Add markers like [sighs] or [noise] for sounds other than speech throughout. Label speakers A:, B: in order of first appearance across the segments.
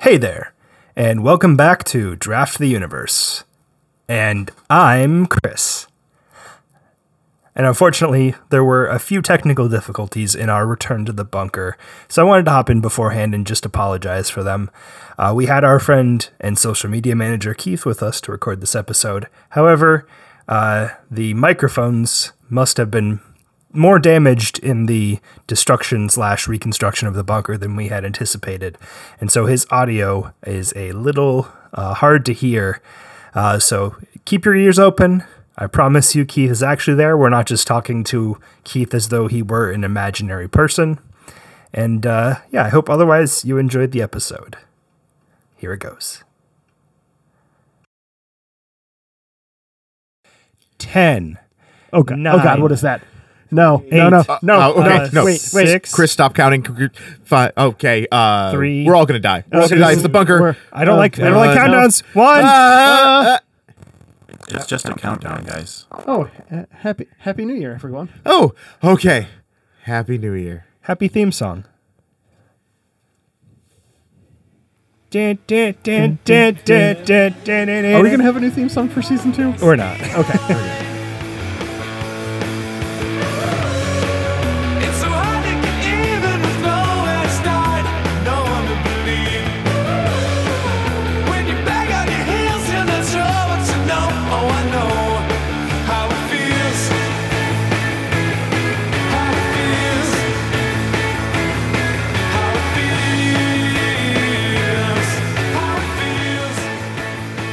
A: Hey there, and welcome back to Draft the Universe. And I'm Chris. And unfortunately, there were a few technical difficulties in our return to the bunker, so I wanted to hop in beforehand and just apologize for them. Uh, we had our friend and social media manager Keith with us to record this episode. However, uh, the microphones must have been more damaged in the destruction slash reconstruction of the bunker than we had anticipated, and so his audio is a little uh, hard to hear. Uh, so keep your ears open. I promise you, Keith is actually there. We're not just talking to Keith as though he were an imaginary person. And uh, yeah, I hope otherwise you enjoyed the episode. Here it goes. 10.
B: Oh god! Oh
A: Nine.
B: god! What is that? No! No! No!
A: Eight.
B: No!
C: Uh, okay,
B: uh,
C: no.
B: Wait! Wait!
A: Six.
C: Chris, stop counting. Five. Okay. Uh,
A: Three.
C: we We're all gonna die. We're all gonna die. It's the bunker.
B: Uh, We're-
A: I don't
B: Oh,
A: like I don't like
C: God.
A: countdowns. One.
C: Uh,
D: It's just a countdown, guys.
B: Oh, ha- happy Happy New Year, everyone!
C: oh. Okay. Happy New Year.
A: Happy theme song. Dun, dun, dun, dun, dun, dun, dun, dun,
B: Are we gonna have a new theme song for season two?
A: We're not.
E: It's so hard to get even with nowhere to start, no one to believe. When you're back on your heels, you're not sure what you know. Oh, I know how it feels. How it feels. How it feels.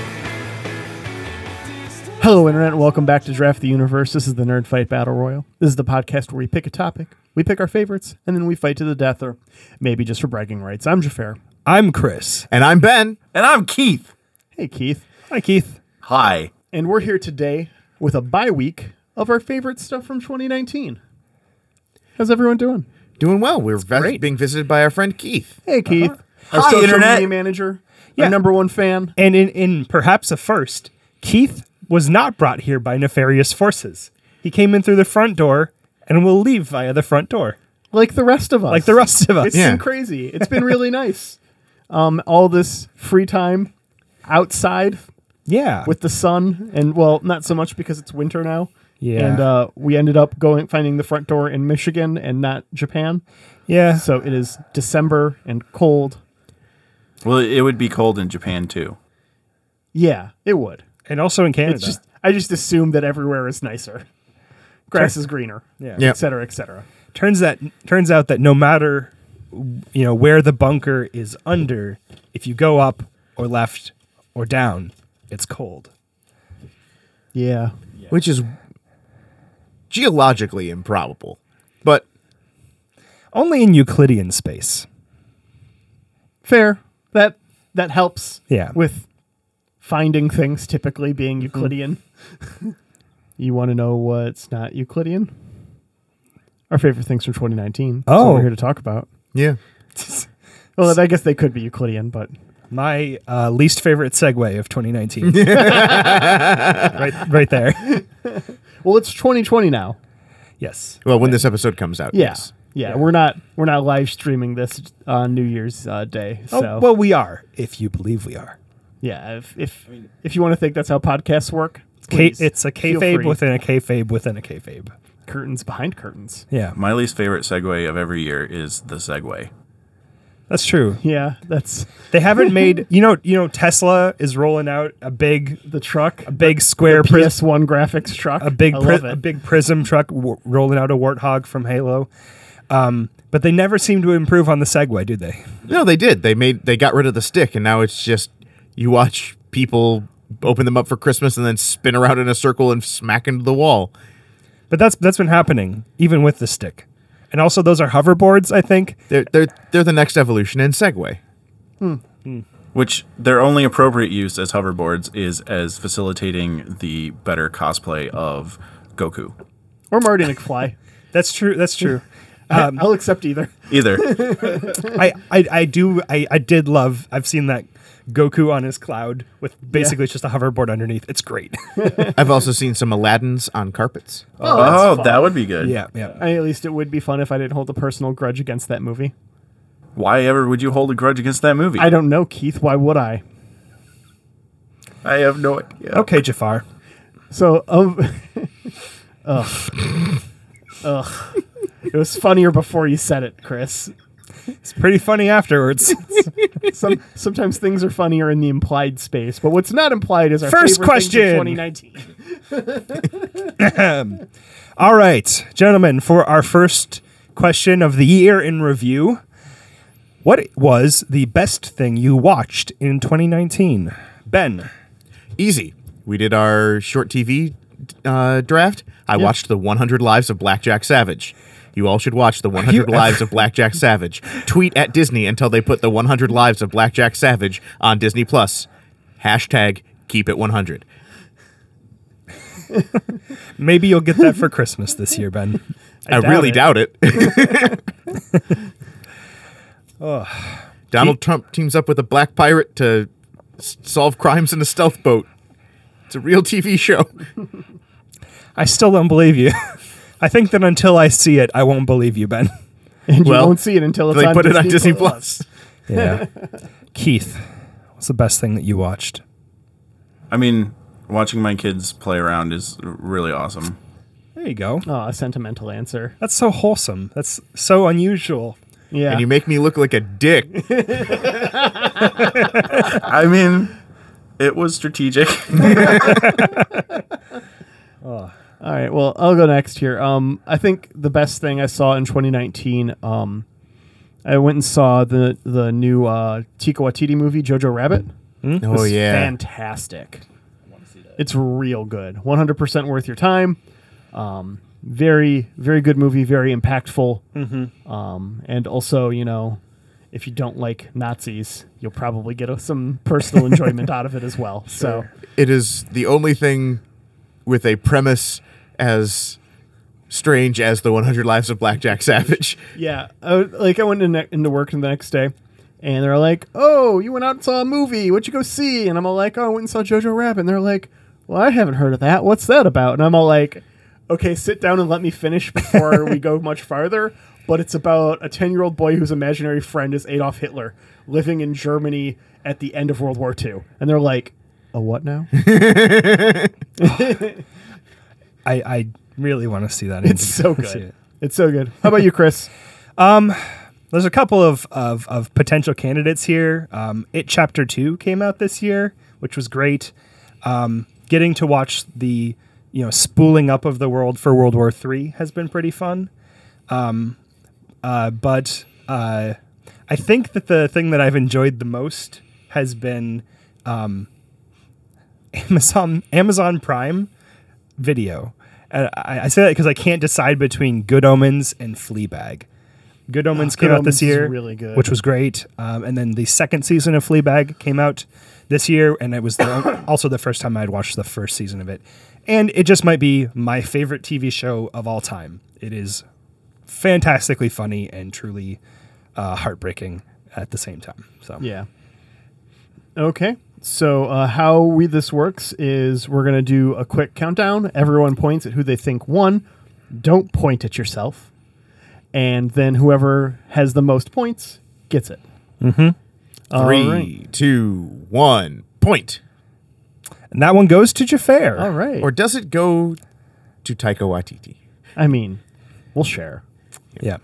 E: How it feels.
B: Hello, internet! Welcome back to Draft the Universe. This is the Nerd Fight Battle Royal. This is the podcast where we pick a topic, we pick our favorites, and then we fight to the death, or maybe just for bragging rights. I'm Jafar.
A: I'm Chris.
C: And I'm Ben.
D: And I'm Keith.
B: Hey, Keith,
A: Hi, Keith.
D: Hi.
B: and we're here today with a bye week of our favorite stuff from 2019. How's everyone doing?
C: Doing well. We're vis- being visited by our friend Keith.
B: Hey, Keith. Our
D: Hi,
B: social
D: internet.
B: media manager.
A: Yeah.
B: Our number one fan.
A: And in, in perhaps a first, Keith was not brought here by nefarious forces. He came in through the front door and will leave via the front door,
B: like the rest of us.
A: like the rest of us.
B: It's
C: Yeah.
B: been crazy. It's been really nice. Um, all this free time outside
A: Yeah.
B: with the sun, and well, not so much because it's winter now.
A: Yeah.
B: And uh, we ended up going finding the front door in Michigan and not Japan.
A: yeah.
B: So it is December and cold.
D: Well, it would be cold in Japan too.
B: Yeah, it would.
A: And also in Canada.
B: It's just I just assume that everywhere is nicer. Grass is greener.
A: Yeah.
C: Yeah.
B: Et cetera, et cetera.
A: turns that turns out that no matter you know where the bunker is under, if you go up or left or down, it's cold.
B: Yeah.
C: Which is geologically improbable, but
A: Only in Euclidean space.
B: Fair. That that helps.
A: Yeah.
B: With finding things typically
A: [laughs]
B: being Euclidean. you want to know what's not Euclidean? Our favorite things from 2019. That's what
A: Oh.
B: we're here to talk about.
C: yeah.
B: Well, I guess they could be Euclidean, but
A: My uh, least favorite segue of [laughs] 2019. right, right there.
B: well, it's 2020 now.
A: Yes.
C: Well, when this episode comes out,
B: Yeah.
C: yes.
B: Yeah, we're not we're not live streaming this on New Year's uh, Day. So
A: Oh, well, we are, if you believe we are.
B: yeah, if if, if you want to think that's how podcasts work,
A: K-
B: please
A: it's a
B: feel
A: kayfabe
B: free.
A: within a kayfabe within a kayfabe.
B: curtains behind curtains.
A: Yeah,
D: My least favorite segue of every year is the segue.
A: that's true.
B: Yeah, that's
A: They haven't made you know you know Tesla is rolling out a big
B: the truck.
A: a big square prism.
B: PS1 graphics truck.
A: a big
B: I
A: pri-
B: love it.
A: a big prism truck w- rolling out a warthog from Halo. Um, but they never seem to improve on the Segway, do they?
C: No, they did. They made. They got rid of the stick, and now it's just you watch people open them up for Christmas and then spin around in a circle and smack into the wall.
A: But that's that's been happening even with the stick. And also those are hoverboards, I think.
C: They're they're they're the next evolution in Segway.
D: Which their only appropriate use as hoverboards is as facilitating the better cosplay of Goku.
B: or Marty [laughs] McFly.
A: That's true. That's true.
B: I'll accept either.
D: Either.
A: [laughs] I, I I do I I did love. I've seen that Goku on his cloud with basically just a hoverboard underneath. It's [laughs] great.
C: I've also seen some Aladdins on carpets.
D: oh, that would be good.
A: yeah, yeah.
B: I mean, at least it would be fun if I didn't hold a personal grudge against that movie.
D: Why ever would you hold a grudge against that movie?
B: I don't know, Keith. Why would I?
D: I have no idea.
A: Okay, Jafar.
B: So, [laughs] um, ugh, ugh. It was funnier before you said it, Chris.
A: It's pretty funny afterwards. [laughs]
B: Some sometimes things are funnier in the implied space, but what's not implied is our
A: First
B: favorite things of
A: question.
B: 2019.
A: All right, gentlemen, for our first question of the year in review, what was the best thing you watched in 2019? Ben.
C: Easy. We did our short TV uh, draft. I watched the 100 Lives of Blackjack Savage. You all should watch the 100 Lives of Blackjack Savage. Tweet at Disney until they put the 100 Lives of Blackjack Savage on Disney Plus. Hashtag keep it 100.
A: Maybe you'll get
B: [laughs]
A: that for Christmas this year, Ben.
C: I, really doubt it. [laughs] Donald Trump teams up with a black pirate to s- solve crimes in a stealth boat. It's a real TV show.
A: I still don't believe you. I think that until I see it, I won't believe you, Ben.
B: And
C: Well,
B: you won't see it until it's
C: they
B: on
C: put
B: Disney
C: it on Disney
B: Plus.
C: Plus.
A: Yeah. [laughs] Keith, what's the best thing that you watched?
D: I mean, watching my kids play around is really awesome.
A: There you go.
B: Oh, a sentimental answer.
A: That's so wholesome. That's so unusual.
B: Yeah.
C: And you make me look like a
B: [laughs]
C: dick.
D: I mean, it was strategic. [laughs]
B: All right. Well, I'll go next here. Um, I think the best thing I saw in 2019, um, I went and saw the the new uh, Tika Waititi movie, Jojo Rabbit.
C: Oh yeah.
B: fantastic. It's real good. 100% worth your time. Um, very, very good movie. Very impactful.
C: Mm-hmm.
B: Um, and also, you know, if you don't like Nazis, you'll probably get a, some
C: [laughs]
B: personal enjoyment out of it as well. So,
C: It is the only thing with a premise as strange as the 100 Lives of Blackjack Savage.
B: yeah, I, was- like I went in, into work the next day, and they're like, "Oh, you went out and saw a movie. What'd you go see?" And I'm all like, "Oh, I went and saw Jojo Rabbit." And they're like, "Well, I haven't heard of that. What's that about?" And I'm all like, "Okay, sit down and let me finish before we go
A: [laughs]
B: much farther." But it's about a ten year old boy whose imaginary friend is Adolf Hitler living in Germany at the end of World War II, and they're like, "A what now?" [laughs]
A: I, I really want to see that.
B: It's so
A: [laughs] See it.
B: good. It's so good. How about you, Chris?
A: There's a couple of, of, of potential candidates here. Um, it Chapter 2 came out this year, which was great. Um, getting to watch the you know spooling up of the world for World War III has been pretty fun. Um, uh, but uh, I think that the thing that I've enjoyed the most has been um, [laughs] Amazon Amazon Prime Video. And I, I say that because I can't decide between Good Omens and Fleabag. Good Omens came
B: Ah, Good
A: out this
B: Omens is
A: year,
B: really good.
A: which was great. Um, and then the second season of Fleabag came out this year, and it was
B: [coughs]
A: the, also the first time I'd watched the first season of it. And it just might be my favorite TV show of all time. It is fantastically funny and truly uh, heartbreaking at the same time. So
B: Yeah. Okay. So uh, how we this works is we're gonna do a quick countdown. Everyone points at who they think won. Don't point at yourself. And then whoever has the most points gets it. Mm-hmm.
C: Three, two, one, point.
A: and that one goes to Jafar.
B: All right.
C: Or does it go to Taika Waititi?
B: I mean, we'll share.
A: Yeah.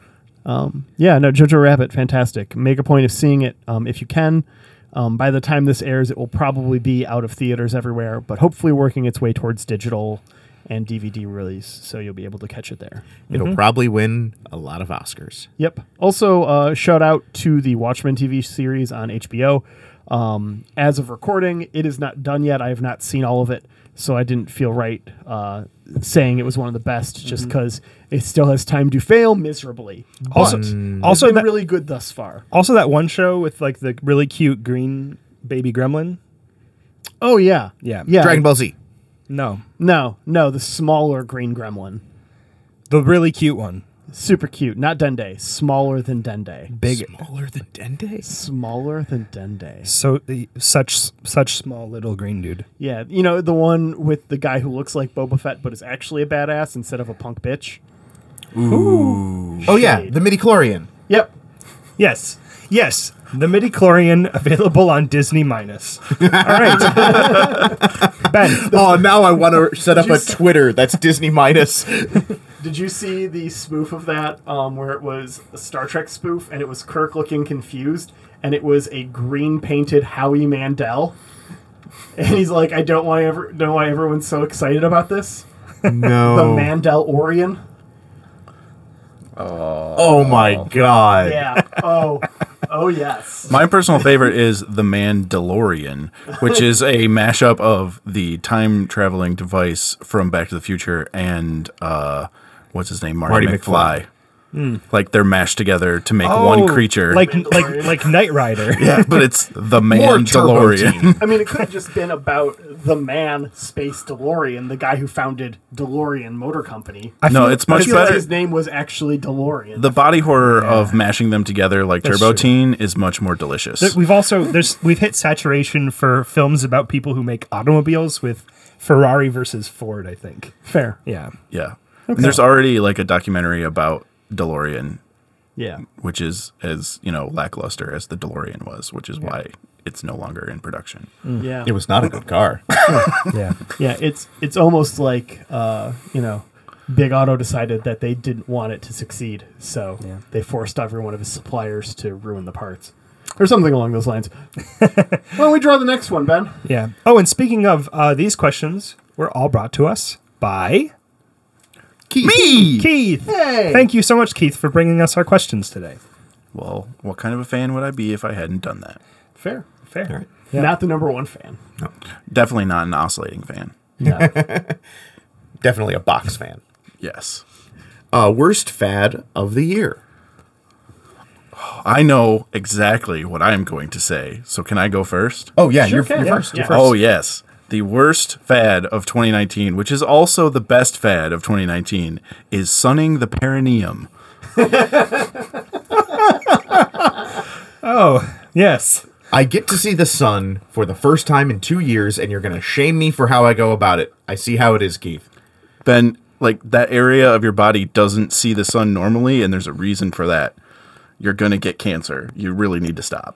B: Yeah, no, Jojo Rabbit, fantastic. Make a point of seeing it um, if you can. Um, by the time this airs, it will probably be out of theaters everywhere, but hopefully working its way towards digital and DVD release, so you'll be able to catch it there.
C: It'll probably win a lot of Oscars.
B: Yep. Also, uh, shout out to the Watchmen TV series on HBO. Um, as of recording, it is not done yet. I have not seen all of it, so I didn't feel right uh, saying it was one of the best, just because it still has time to fail miserably.
A: Also,
B: Also,
A: also
B: been
A: that
B: really good thus far.
A: also that one show with like the really cute green baby gremlin.
B: Oh yeah,
A: Yeah.
B: yeah.
C: Dragon Ball Z.
A: No,
B: No, no, the smaller green gremlin,
A: the really cute one.
B: super cute. Not Dende, smaller than Dende,
A: Big,
C: Smaller than Dende.
B: smaller than Dende.
A: so the, such such small little green dude.
B: Yeah, you know the one with the guy who looks like Boba Fett but is actually a badass instead of a punk bitch.
C: Oh yeah, the midichlorian.
B: Yep.
A: Yes. Yes, the midi chlorian available on Disney Minus. All right,
D: [laughs]
A: Ben.
C: Oh, now I
B: [laughs]
C: want to set up a Twitter that's Disney minus.
B: Did you see the spoof of that um, where it was a Star Trek spoof and it was Kirk looking confused and it was a green painted Howie Mandel? And he's like, I don't want ever know why everyone's so excited about this. The
C: No.
B: Mandel Orion.
C: Oh my god.
B: Yeah. Oh. Oh yes.
D: My personal favorite is The Mandalorian, which is a mashup of the time traveling device from Back to the Future and uh, what's his name? Marty,
C: Marty
D: McFly.
C: McFly.
D: Like they're mashed together to make one creature.
A: Oh, like like like Knight Rider.
D: yeah, but it's the
C: More Turbo
D: Mandalorian.
C: Team.
B: I mean, it could have just been about the man, Space DeLorean, the guy who founded DeLorean Motor Company. I
D: no, it's much
B: feel like
D: better.
B: his name was actually DeLorean.
D: The body horror of mashing them together like
A: That's
D: Turbo
A: true.
D: Teen is much more delicious.
A: Th- We've also there's we've hit saturation for films about people who make automobiles with Ferrari versus Ford. I think.
B: Fair.
A: Yeah.
D: yeah. And there's already like a documentary about DeLorean
B: Yeah.
D: which is as you know lackluster as the DeLorean was, which is why it's no longer in production.
B: Yeah.
C: It was not a good car.
A: Yeah.
B: Yeah, it's it's almost like uh, you know, Big Auto decided that they didn't want it to succeed, so
A: Yeah.
B: they forced every one of his suppliers to ruin the parts, or something along
A: [laughs]
B: those lines. Why don't we draw the next one, Ben?
A: Yeah. Oh, and speaking of uh, these questions, were all brought to us by
C: Me.
A: Keith.
B: Hey!
A: Thank you so much, Keith, for bringing us our questions today.
D: Well, what kind of a fan would I be if I hadn't done that?
B: Fair,
A: Fair. Yeah.
B: not the number one fan.
D: Definitely not an oscillating fan.
B: No.
C: Definitely a box fan.
D: Yes.
C: Uh, worst fad of the year.
D: I know exactly what I'm going to say. So can I go first?
C: Oh yeah,
B: Sure can. Yeah. Yeah.
D: Oh yes. The worst fad of 2019, which is also the best fad of 2019, is sunning the perineum.
A: Oh, yes.
C: I get to see the sun for the first time in two years, and you're gonna shame me for how I go about it. I see how it is, Keith.
D: Then like that area of your body doesn't see the sun normally and there's a reason for that. You're going to get cancer. You really need to stop.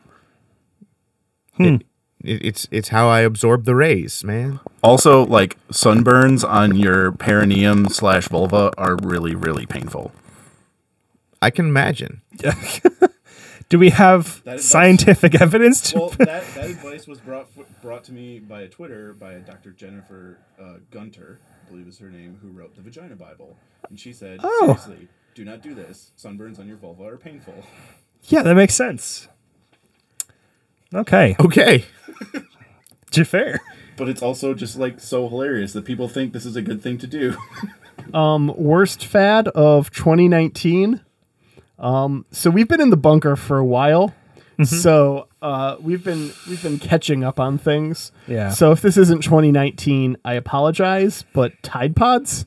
C: It, it's it's how I absorb the rays, man.
D: Also, like sunburns on your perineum slash vulva are really, really painful.
C: I can imagine.
A: Do we have scientific evidence? To,
D: that, that [laughs] advice was brought brought to me by Twitter by Dr. Jennifer uh, Gunter, I believe is her name, who wrote the Vagina Bible, and she said,
A: Oh.
D: "Seriously, do not do this. Sunburns on your vulva are painful."
A: yeah, that makes sense. Okay.
C: Okay.
A: Jafar.
D: But it's also just like so hilarious that people think this is a good thing to do.
B: um, worst fad of 2019. Um, so we've been in the bunker for a while.
A: Mm-hmm.
B: So uh, we've been we've been catching up on things.
A: Yeah.
B: So if this isn't 2019, I apologize. But Tide Pods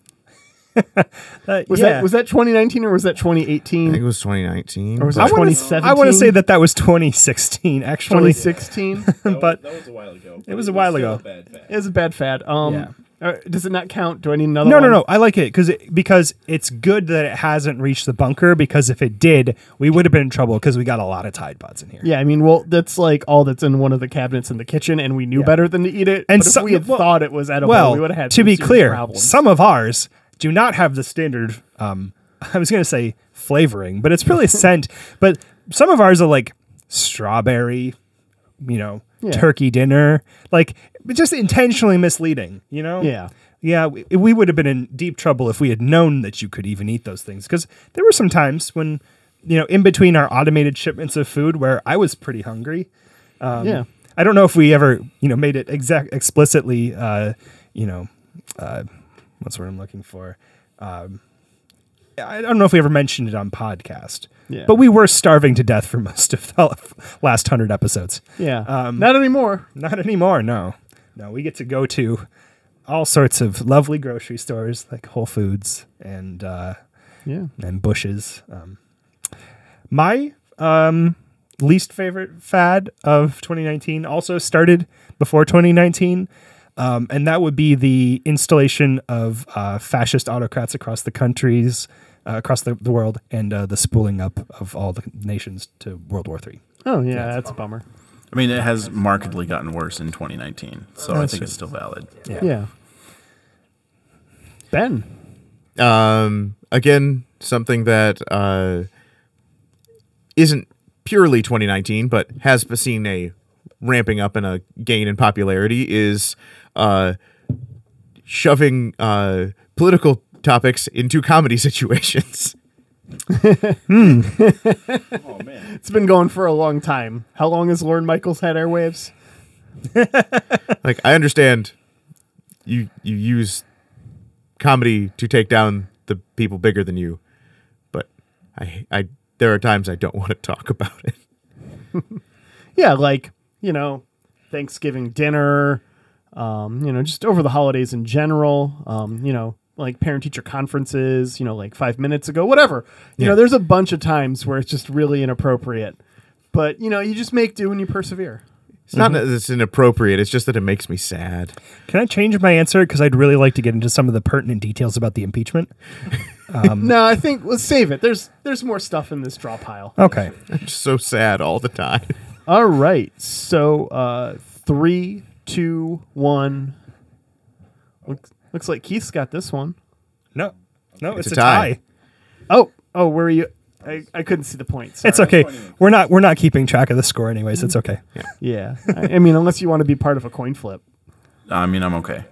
A: Uh,
B: was
A: yeah.
B: that was that 2019 or was that
C: I think
B: 2018
C: it was 2019.
B: or was
A: I
B: that
A: wanna-
B: 2017?
A: I want to say that that was 2016, actually.
B: 2016.
A: [laughs] [laughs] but
D: that was a while ago.
A: It was a while ago.
B: it was a bad fad. Um,
A: Yeah.
B: all right, does it not count? Do I need another?
A: no, no,
B: one?
A: no. I like it because it, because it's good that it hasn't reached the bunker. Because if it did, we would have been in trouble because we got a lot of Tide Pods in here.
B: Yeah, I mean, well, that's like all that's in one of the cabinets in the kitchen, and we knew better than to eat it.
A: And
B: but
A: so-
B: if we had
A: well-
B: thought it was edible,
A: Well,
B: we would have had
A: to
B: some
A: be
B: serious
A: clear,
B: problems.
A: some of ours do not have the standard. Um, [laughs] I was going to say flavoring, but it's
B: [laughs]
A: really scent. But some of ours are like strawberry, you know,
B: Yeah.
A: turkey dinner, like just intentionally misleading. You know?
B: Yeah.
A: Yeah, we, we would have been in deep trouble if we had known that you could even eat those things. Because there were some times when, you know, in between our automated shipments of food where I was pretty hungry.
B: yeah,
A: I don't know if we ever, you know, made it exact explicitly, uh, you know, uh, what's the word I'm looking for? Um, I don't know if we ever mentioned it on podcast,
B: Yeah.
A: but we were starving to death for [laughs] most of the last hundred episodes.
B: yeah,
A: Um,
B: not anymore.
A: Not anymore. No, no, we get to go to all sorts of lovely grocery stores like Whole Foods and uh,
B: Yeah,
A: and bushes. Um, my um, least favorite fad of 2019 also started before 2019, um, and that would be the installation of uh, fascist autocrats across the countries. uh, across the, the world and uh, the spooling up of all the nations to World War Three.
B: Oh yeah, that's a bummer.
D: I mean, it has markedly gotten worse in 2019, so I think it's still valid.
B: Yeah. Ben.
C: um, again, something that uh, isn't purely 2019, but has seen a ramping up and a gain in popularity is uh, shoving uh, political topics into comedy [laughs] situations.
D: Oh,
B: It's been going for a long time. How long has Lauren Michaels had airwaves?
C: like, I understand you you use comedy to take down the people bigger than you, but I I there are times I don't want to talk about it.
B: Yeah, like, you know, Thanksgiving dinner, um, you know, just over the holidays in general, um, you know, like parent teacher conferences, you know, like five minutes ago, whatever. You know, there's a bunch of times where it's just really inappropriate. But, you know, you just make do and you persevere.
C: It's not that it's inappropriate. It's just that it makes me sad.
A: Can I change my answer because I'd really like to get into some of the pertinent details about the impeachment?
B: no, I think let's save it. There's there's more stuff in this draw pile.
A: Okay,
C: I'm just so sad all the time.
B: All right. So uh three, two, one. Looks, looks like Keith's got this one.
A: no, no, it's,
C: It's
A: a
C: a tie.
A: tie.
B: Oh, oh, where are you? I, I couldn't see the points.
A: It's okay. We're not we're not keeping track of the score anyways. It's okay.
B: [laughs] Yeah. I, I mean, unless you want to be part of a coin flip.
D: I mean, I'm okay.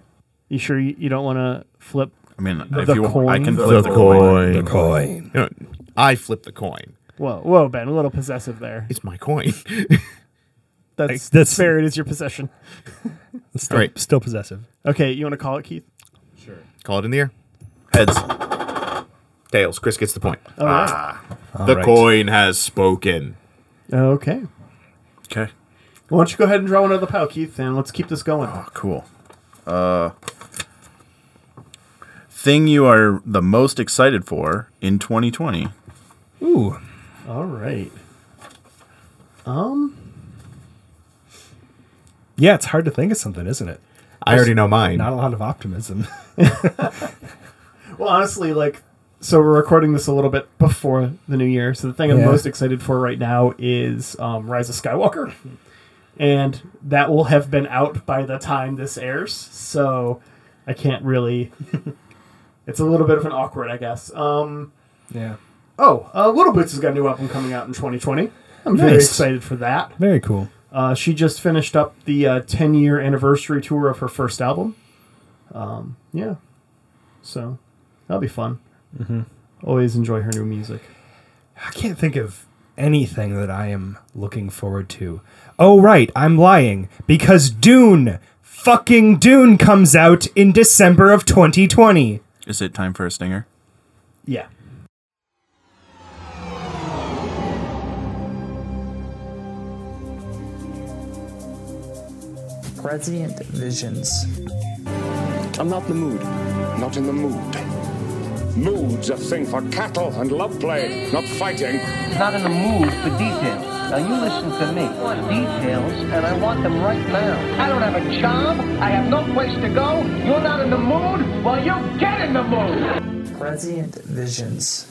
B: You sure you, you don't want to flip?
D: I mean, if
B: The
D: you, I
B: coin.
D: can flip the, coin.
A: Coin.
C: You know, I flip the coin.
B: Whoa, whoa, Ben, a little possessive there.
C: It's my coin. [laughs]
B: That's, that's
A: that's-
B: fair. It is your possession.
A: Still,
C: Right.
A: still possessive.
B: Okay, you want to call it, Keith?
C: Call it in the air.
D: Heads.
C: Tails. Chris gets the point. Ah.
B: All right.
C: the
A: right.
C: coin has spoken.
B: Okay.
D: Okay.
B: Why don't you go ahead and draw another pile, Keith, and let's keep this going.
D: Oh, cool. Uh, thing you are the most excited for in 2020.
A: Ooh,
B: All right.
A: yeah. It's hard to think of something, isn't it?
C: I already know mine.
A: Not a lot of optimism. [laughs]
B: Well, honestly, like, so we're recording this a little bit before the new year. So the thing I'm
A: Yeah.
B: most excited for right now is um, Rise of Skywalker, and that will have been out by the time this airs. So I can't really.
A: [laughs]
B: it's a little bit of an awkward, I guess. Um,
A: yeah.
B: oh, uh, Little Boots has got a new album coming out in 2020. I'm very
A: Nice.
B: excited for that.
A: Very cool.
B: Uh, she just finished up the uh, 10 year anniversary tour of her first album. Um, yeah. So that'll be fun. Mm-hmm. Always enjoy her new music.
A: I can't think of anything that I am looking forward to. Oh, right, I'm lying because Dune, fucking Dune, comes out in December of 2020.
D: Is it time for a stinger?
B: Yeah.
F: Prescient visions.
G: I'm not in the mood.
H: Not in the mood. Mood's a thing for cattle and love play, not fighting.
F: Not in the mood for details. Now you listen to me. I want details, and I want them right now. I don't have a job. I have no place to go. You're not in the mood. Well, you get in the mood. Prescient visions.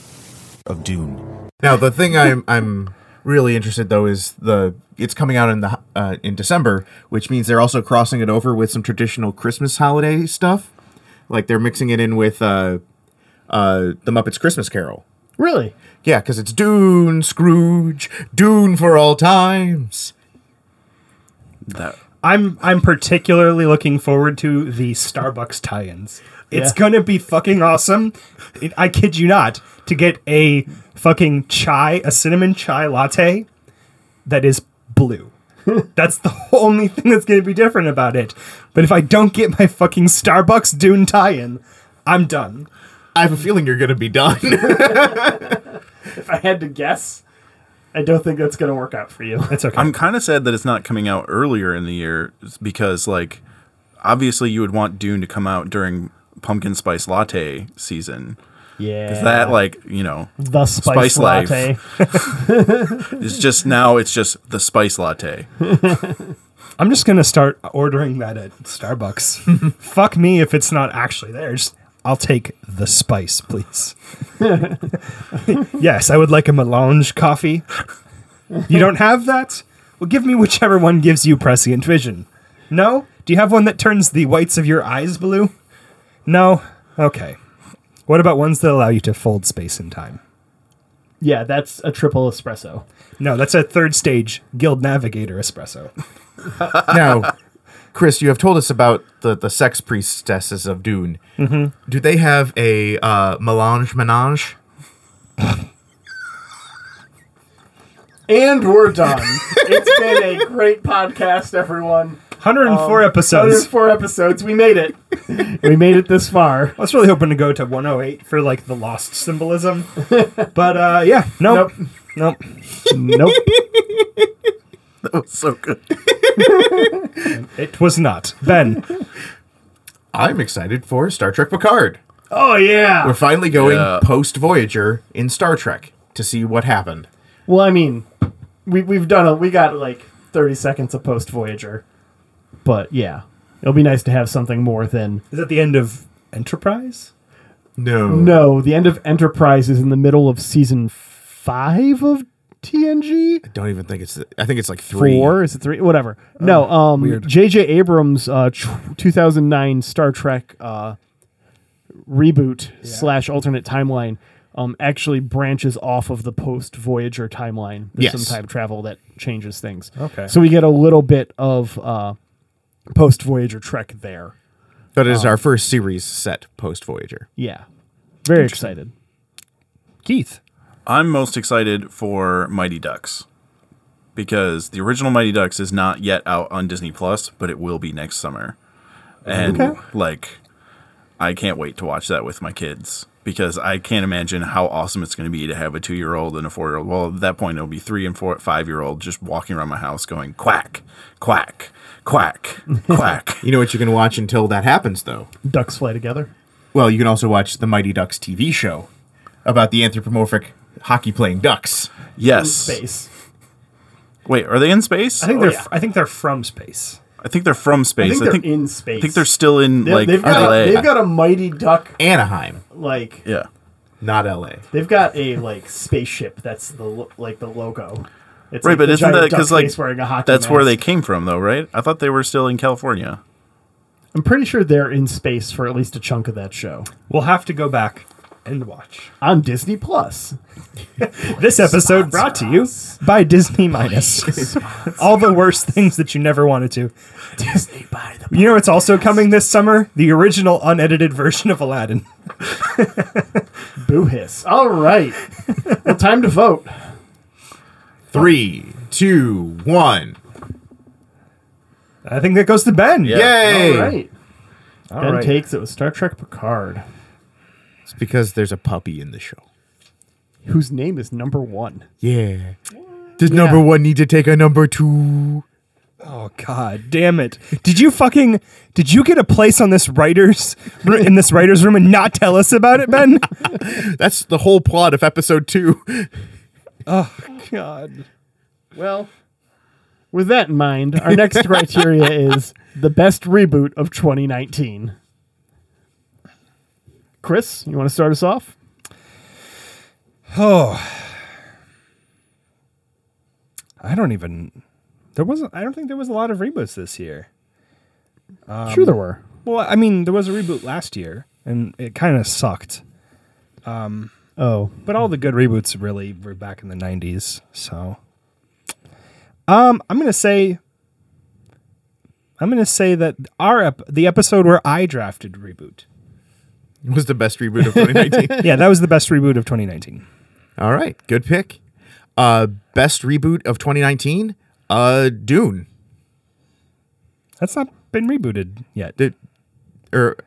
I: of Dune.
C: Now the thing I'm I'm really interested though is the it's coming out in the uh, in December, which means they're also crossing it over with some traditional Christmas holiday stuff. Like they're mixing it in with uh, uh, the Muppets Christmas Carol.
B: Really?
C: Yeah, because it's Dune, Scrooge, Dune for all times.
D: That
A: I'm I'm particularly looking forward to the Starbucks tie-ins. It's
B: Yeah.
A: gonna be fucking awesome. It- I kid you not. To get a fucking chai, a cinnamon chai latte that is
C: [laughs]
A: blue. that's the only thing that's gonna be different about it. But if I don't get my fucking Starbucks Dune tie-in, I'm done.
C: I have a feeling you're gonna
A: [laughs]
C: be done. [laughs]
B: If I had to guess, I don't think that's going to work out for you.
A: It's okay.
D: I'm kind of sad that it's not coming out earlier in the year because, like, obviously you would want Dune to come out during pumpkin spice latte season.
B: Yeah.
D: That, like, you know,
B: the spice,
D: Spice Life.
B: latte?
D: it's just now it's just the spice latte.
A: I'm just gonna start ordering that at Starbucks. Fuck me if it's not actually there. Just I'll take the spice, please. yes, I would like a melange coffee. You don't have that? Well, give me whichever one gives you prescient vision. No? Do you have one that turns the whites of your eyes blue? No? Okay. What about ones that allow you to fold space and time?
B: Yeah, that's a triple espresso.
A: No, that's a third stage Guild Navigator espresso.
C: Now, Chris, you have told us about the, the sex priestesses of Dune.
D: Mm-hmm.
C: Do they have a uh, melange menage?
B: And we're [laughs] done. it's been a great podcast, everyone.
A: 104
B: There's
A: episodes.
B: four episodes. We made it. we made it this far.
A: I was really hoping to go to 108 for like the lost
B: [laughs]
A: symbolism. but uh, yeah,
B: Oh.
A: nope. Nope. Nope.
D: That was so good.
A: it was not. Ben.
C: I'm excited for Star Trek Picard.
B: Oh yeah.
C: We're finally going
D: Yeah.
C: post Voyager in Star Trek to see what happened.
B: Well, I mean, we we've done a we got like thirty seconds of post Voyager, but yeah, it'll be nice to have something more than
A: Is that the end of Enterprise?
C: No.
B: no. The end of Enterprise is in the middle of season five of TNG.
C: Don't even think it's. I think it's like three.
B: Four is it three? Whatever. no, um, J.J. Abrams' uh, tw- 2009 Star Trek uh, reboot slash alternate timeline um, actually branches off of the post Voyager timeline. There's
C: Yes.
B: some time travel that changes things.
A: Okay.
B: So we get a little bit of uh, post Voyager Trek there.
C: But it is
D: Oh.
C: our first series set post Voyager.
B: Yeah. Very excited.
A: Keith.
D: I'm most excited for Mighty Ducks because the original Mighty Ducks is not yet out on Disney Plus, but it will be next summer. And like I can't wait to watch that with my kids because I can't imagine how awesome it's going to be to have a 2-year-old and a 4-year-old. Well, at that point it'll be 3 and 4 5-year-old just walking around my house going quack, quack,
B: [laughs]
D: quack, quack.
C: You know what you can watch until that happens, though?
B: Ducks fly together.
C: Well, you can also watch the Mighty Ducks TV show about the anthropomorphic hockey playing ducks.
D: yes.
B: Space.
D: Wait, are they in space?
A: I
B: Oh,
A: think they're I think they're from space.
D: I think they're from
B: I
D: space.
B: think
D: I
B: they're
D: think
B: in space.
D: I think they're still in
B: They-
D: like
B: they've, got
D: LA.
B: a, they've got a mighty duck
C: Anaheim,
B: like
D: yeah.
C: not LA.
B: They've got a like spaceship that's the lo- like the logo. It's
D: Right,
B: like,
D: but
B: the
D: isn't
B: giant
D: that
B: duck
D: because like
B: face wearing a hockey
D: that's where they
B: mask.
D: came from, though, right? I thought they were still in California.
B: I'm pretty sure they're in space for at least a chunk of that show
A: We'll have to go back and watch.
B: on Disney Plus.
A: [laughs] This episode brought to you by Disney
B: [laughs]
A: Minus. All the worst things that you never wanted to.
B: Disney by the
A: You know it's also coming this summer? The original unedited version of Aladdin.
B: boo hiss. All right, well, time to vote.
C: Three, two, one.
A: I think that goes to Ben.
C: Yay!
B: All right,
A: All
B: Ben
A: right.
B: takes it with Star Trek Picard,
C: It's because there's a puppy in the show.
B: whose name is number one.
C: Yeah. Does number one need to take a number two?
A: Oh god, damn it. Did you fucking did you get a place on this writers in this writers room and not tell us about it, Ben?
C: That's the whole plot of episode two. [laughs]
A: god.
B: Well, with that in mind, our
D: [laughs]
B: next criteria is the best reboot of 2019. Chris, you want to start us off?
A: Oh. I don't even there wasn't I don't think there was a lot of reboots this year.
B: sure, there were.
A: Well, I mean, there was a reboot last year and it kind of sucked.
B: Oh,
A: But all the good reboots really were back in the 90s, so um I'm going to say I'm going to say that our ep- the episode where I drafted reboot.
C: was the best reboot
B: [laughs]
C: of 2019.
A: Yeah, that was the best reboot of 2019.
C: All right, good pick. Uh, best reboot of 2019. Uh, Dune.
A: That's not been rebooted yet.
C: Did or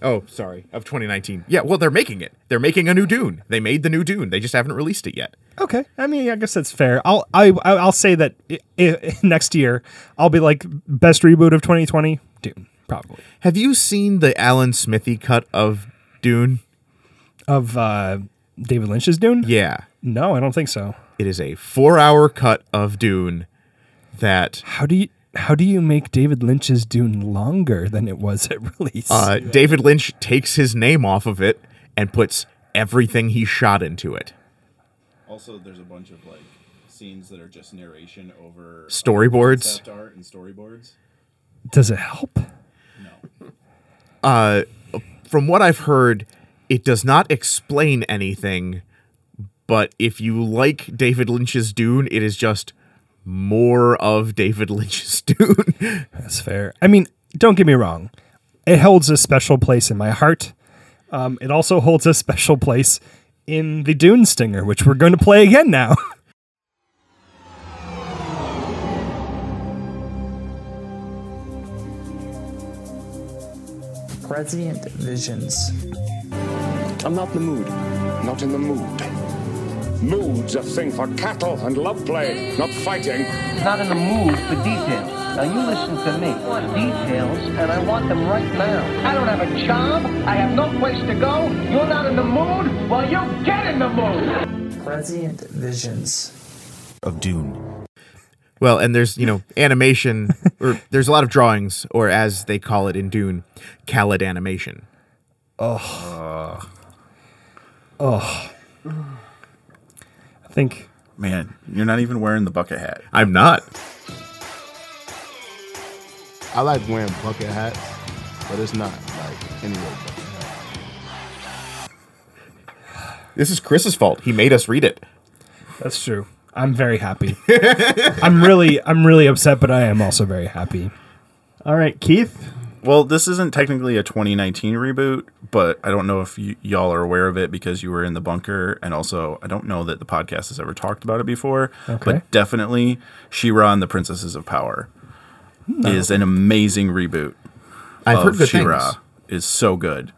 C: oh, sorry, of 2019. Yeah, well, they're making it. They're making a new Dune. They made the new Dune. They just haven't released it yet.
A: Okay, I mean, I guess that's fair. I'll I I- I'll say that i i [laughs] next year I'll be like best reboot of 2020, Dune, probably
C: Have you seen the Alan Smithy cut of Dune?
A: of uh, David Lynch's Dune.
C: Yeah,
A: No, I don't think so.
C: it is a four-hour cut of Dune that
A: How do you? how do you make David Lynch's Dune longer than it was at [laughs] release?
C: Uh, David Lynch takes his name off of it and puts everything he shot into it.
D: Also, there's a bunch of like scenes that are just narration over
C: Storyboards?
D: concept art and storyboards.
A: Does it help?
D: No,
C: From what I've heard, it does not explain anything, but if you like David Lynch's Dune, it is just more of David [laughs] Lynch's Dune.
A: That's fair. I mean, don't get me wrong. It holds a special place in my heart. Um, it also holds a special place in the Dune Stinger, which we're going to play again now. [laughs]
J: Prescient visions.
G: I'm not in the mood.
H: Not in the mood. Mood's a thing for cattle and love play, not fighting.
F: Not in the mood for details. Now you listen to me.
J: Details.
F: And I want them right now. I don't have a job. I have no place to go. You're not in the mood. Well, you get in the mood.
J: Prescient visions.
I: of Dune,
C: well, and there's, you know, animation, or there's a lot of drawings, or as they call it in Dune, Khaled animation.
A: I think
D: man, you're not even wearing the bucket hat.
C: I'm not.
K: I like wearing bucket hats, but it's not like any old bucket hat.
C: This is Chris's fault. He made us read it.
A: that's true. I'm very happy. I'm really, I'm really upset, but I am also very happy.
B: All right, Keith.
D: Well, this isn't technically a 2019 reboot, but I don't know if y- y'all are aware of it because you were in the bunker, and also I don't know that the podcast has ever talked about it before.
A: Okay.
D: But definitely, She-Ra and the Princesses of Power is an amazing reboot
C: I've heard
D: of
C: good
D: She-Ra.
C: things.
D: Is so good.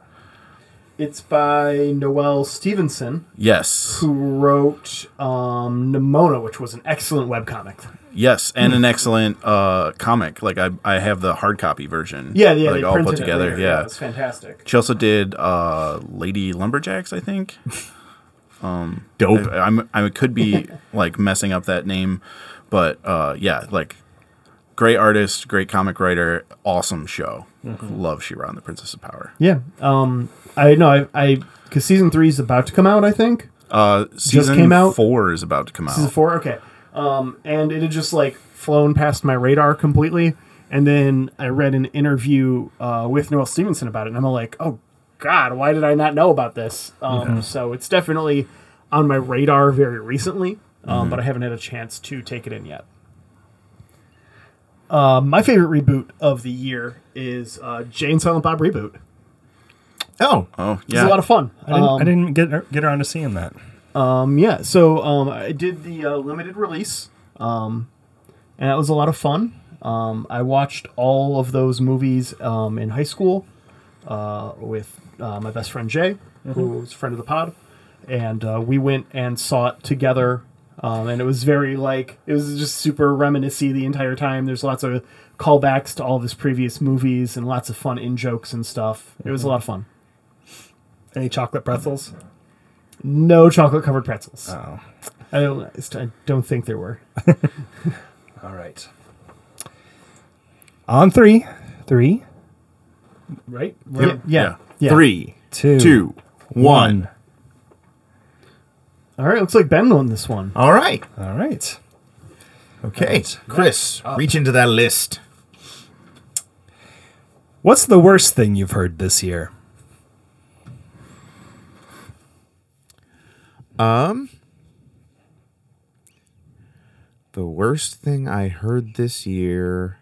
B: It's by Noel Stevenson,
D: Yes,
B: who wrote um, Nimona, which was an excellent webcomic.
D: yes, and an excellent uh, comic. Like I, I have the hard copy version.
B: Yeah, yeah,
D: like
B: they
D: all put
B: printed it
D: together.
B: later.
D: Yeah,
B: it's fantastic.
D: she also did uh, Lady Lumberjacks, I think.
C: Dope.
D: I, I'm I could be like messing up that name, but uh, yeah, like great artist, great comic writer, awesome show.
B: Mm-hmm.
D: Love She-Ra and the Princess of Power.
B: Yeah, um, I know. I- I because season three is about to come out. I think
D: Uh, season
B: came out?
D: four is about to come
B: season
D: out.
B: four. Okay, um, and it had just like flown past my radar completely. And then I read an interview uh, with Noel Stevenson about it, and I'm like, oh god, why did I not know about this? Um, So it's definitely on my radar very recently, um, but I haven't had a chance to take it in yet. Uh, my favorite reboot of the year is uh, Jane Silent Bob reboot.
C: Oh,
D: Oh
B: It's
D: yeah,
B: a lot of fun.
A: I didn't,
B: Um,
A: I didn't get get around to seeing that.
B: Um, yeah, so um, I did the uh, limited release, um, and that was a lot of fun. Um, I watched all of those movies um, in high school uh, with uh, my best friend Jay,
A: Mm-hmm.
B: who was a friend of the pod, and uh, we went and saw it together. Um, and it was very like it was just super reminiscy the entire time. There's lots of callbacks to all of his previous movies and lots of fun in jokes and stuff. It was a lot of fun.
A: Mm-hmm. Any chocolate pretzels?
B: No chocolate covered pretzels.
A: Oh,
B: I don't. I st- I don't think there were.
A: all right. On three, three,
B: Right?
D: Yep.
B: Yeah.
D: Yeah.
B: yeah.
C: three,
A: two,
C: two, one.
B: All right. Looks like Ben won this one.
C: All right.
A: All right.
C: Okay. Chris, reach into that list.
A: What's the worst thing you've heard this year?
C: The worst thing I heard this year.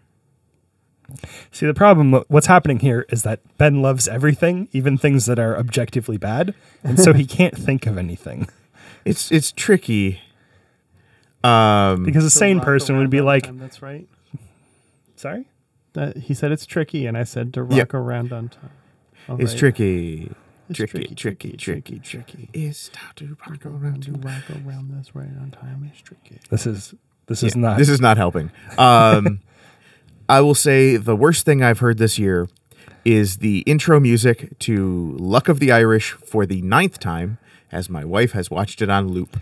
A: See, the problem, uh, what's happening here is that Ben loves everything, even things that are objectively bad. And so [laughs] he can't think of anything.
C: It's it's tricky.
A: Because a sane person would be like,
B: that's right.
A: sorry?
B: he said it's tricky, and I said to rock
C: Yep.
B: around on time. All
C: It's
B: right.
C: tricky.
B: It's
C: Tricky,
B: tricky,
C: tricky,
B: tricky,
C: tricky, tricky. It's time to rock around
B: Around
C: to
B: to rock around this right on time is tricky.
A: This is this is not.
C: This is not helping. Um, I will say the worst thing I've heard this year is the intro music to Luck of the Irish for the ninth time, as my wife has watched it on loop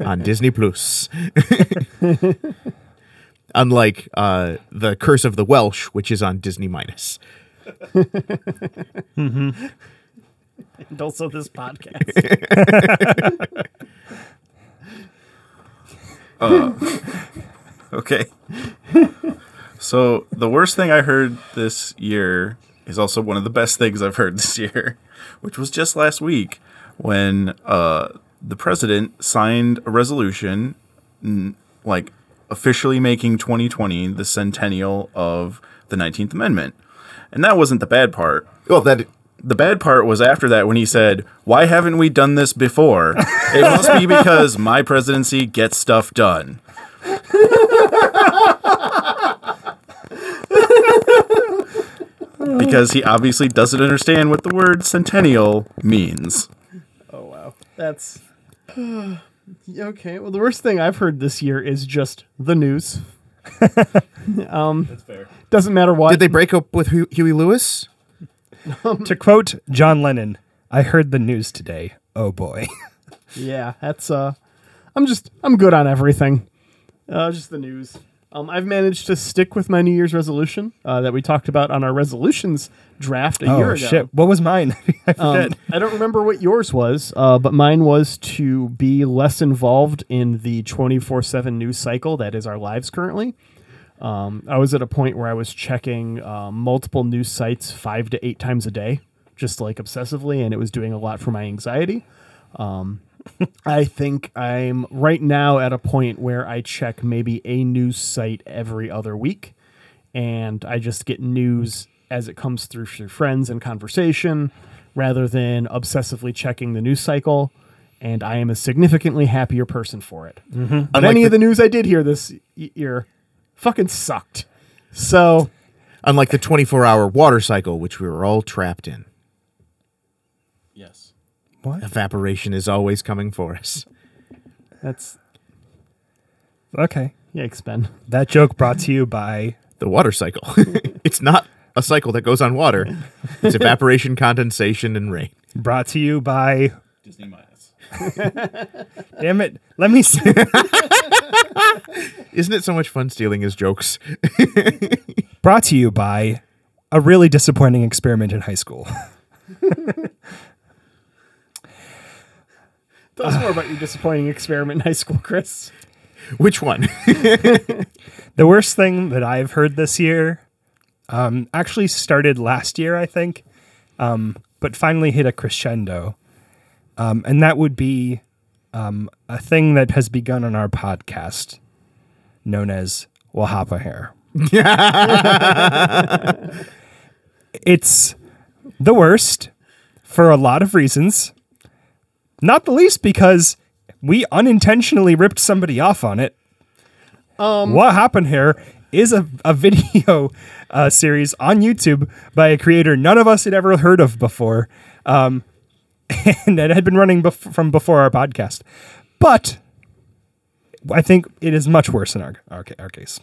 C: [laughs] on Disney Plus. [laughs] unlike uh, the Curse of the Welsh, which is on Disney minus.
B: and also this [laughs] podcast.
D: Uh, [laughs] okay. So the worst thing I heard this year is also one of the best things I've heard [laughs] this year, which was just last week when uh, the president signed a resolution, n- like officially making 2020 the centennial of the 19th Amendment. And that wasn't the bad part.
C: Well, that
D: the bad part was after that when he said, "Why haven't we done this before?" it must be because my presidency gets stuff done. because he obviously doesn't understand what the word centennial means.
B: oh wow, that's [sighs] okay. Well, the worst thing I've heard this year is just the [laughs] news. um, that's fair. Doesn't matter what.
C: Did they break up with Hu- Huey Lewis?
A: to quote John Lennon, I heard the news today. Oh [laughs] boy.
B: Yeah, that's uh I'm just I'm good on everything. Uh just the news. Um I've managed to stick with my New Year's resolution uh, that we talked about on our resolutions draft a
A: oh
B: year ago.
A: shit. What was mine? [laughs] I
B: Um,
A: forget.
B: I don't remember what yours was, uh, but mine was to be less involved in the 24 7 news cycle that is our lives currently. Um, I was at a point where I was checking uh, multiple news sites five to eight times a day, just like obsessively, and it was doing a lot for my anxiety. Um, I think I'm right now at a point where I check maybe a news site every other week and I just get news as it comes through through friends and conversation rather than obsessively checking the news cycle. And I am a significantly happier person for it.
A: Mm-hmm.
B: But
C: Unlike
B: any
C: the-
B: of the news I did hear this y- year fucking sucked. So
C: Unlike the 24 hour water cycle, which we were all trapped in.
D: Yes.
C: Evaporation is always coming for us.
B: that's
A: okay.
B: yikes, Ben.
A: That joke brought to you by
C: The water cycle. [laughs] it's not a cycle that goes on water, it's evaporation, condensation, and rain.
A: brought to you by
D: Disney minus.
A: Damn it. Let me [laughs] see.
C: Isn't it so much fun stealing his jokes? [laughs]
A: brought to you by a really disappointing experiment in high school.
B: Tell
A: uh,
B: us more about your disappointing experiment in high school, Chris.
C: Which one? [laughs]
A: The worst thing that I've heard this year um, actually started last year, I think, um, but finally hit a crescendo. Um, and that would be um, a thing that has begun on our podcast known as Wahapa Hair. it's the worst for a lot of reasons, not the least because we unintentionally ripped somebody off on it what happened here is a, a [laughs] video uh, series on YouTube by a creator none of us had ever heard of before, um, [laughs] and that had been running bef- from before our podcast. But I think it is much worse in our our, ca- our case.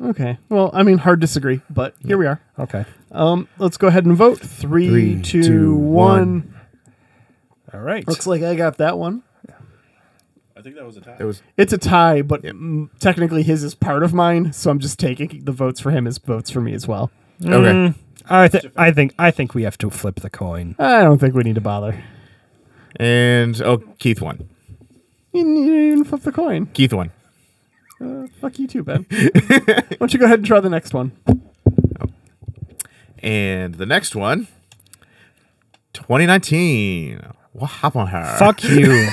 B: Okay. Well, I mean, hard disagree, but here we are.
A: Okay,
B: Um, let's go ahead and vote. Three,
C: Three,
B: two, one.
C: two, one.
A: all right.
B: Looks like I got that one.
D: I think that was a tie.
C: It was
B: It's a tie, but mm, technically his is part of mine, so I'm just taking the votes for him as votes for me as well.
C: okay.
A: Mm. I, th- I think I think we have to flip the coin.
B: I don't think we need to bother.
C: And oh, Keith won.
B: You didn't you didn't even flip the coin.
C: Keith won.
B: Fuck you too,
C: [laughs]
B: Ben. Why don't you go ahead and try the next one?
C: And the next one, 2019. What happened here?
A: Fuck you,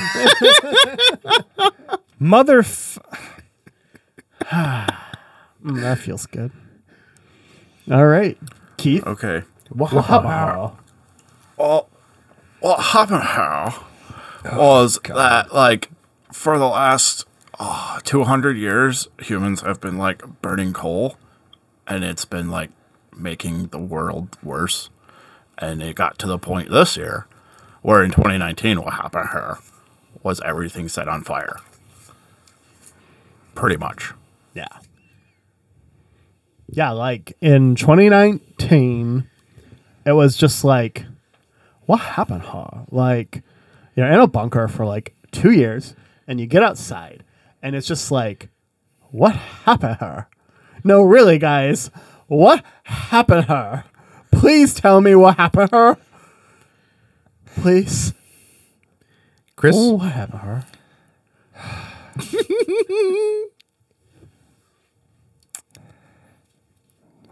A: mother. F-
B: Mm, that feels good. All right, Keith.
C: Uh,
D: Okay.
B: Wow.
D: Well, what happened here was that, like, for the last uh, 200 years, humans have been, like, burning coal, and it's been, like, making the world worse. And it got to the point this year where in 2019, what happened here was everything set on fire. Pretty much.
B: Yeah. Yeah, like in 2019, it was just like, what happened, huh? Like, you're in a bunker for like two years and you get outside and it's just like, what happened, huh? No, really, guys. What happened to her? Please tell me what happened to her. Please.
C: Chris,
B: Oh, what happened to her?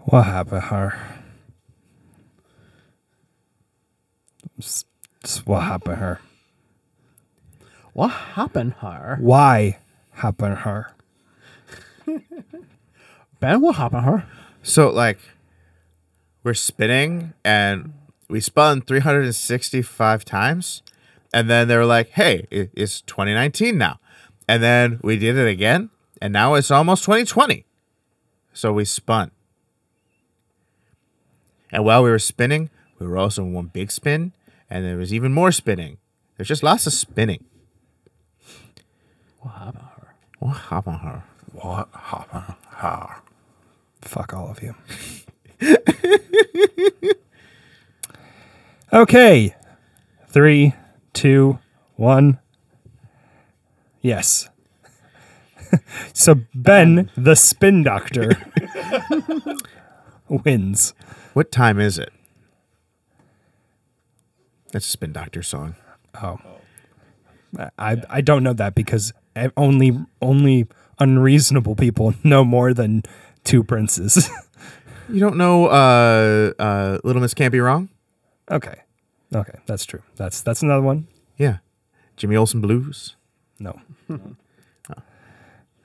A: What happened, her? Just, just what happened, her?
B: What happened to her?
A: Why happened, her?
B: Ben, what happened to her?
C: So like we're spinning and we spun 365 times and then they were like, "Hey, i- it's 2019 now." And then we did it again and now it's almost 2020. So we spun. And while we were spinning, we were also in one big spin and there was even more spinning. There's just lots of spinning. What happened? What happened?
D: What happened? How?
A: Fuck all of you. [laughs] okay. Three, two, one. Yes. [laughs] so Ben, the spin doctor, [laughs] wins.
C: What time is it? That's a Spin Doctor song.
A: I I don't know that because I- only only unreasonable people [laughs] know more than two princes. [laughs]
C: You don't know uh uh Little Miss Can't Be Wrong?
A: okay. Okay, that's true. That's that's another one.
C: Yeah. Jimmy Olsen Blues.
A: No.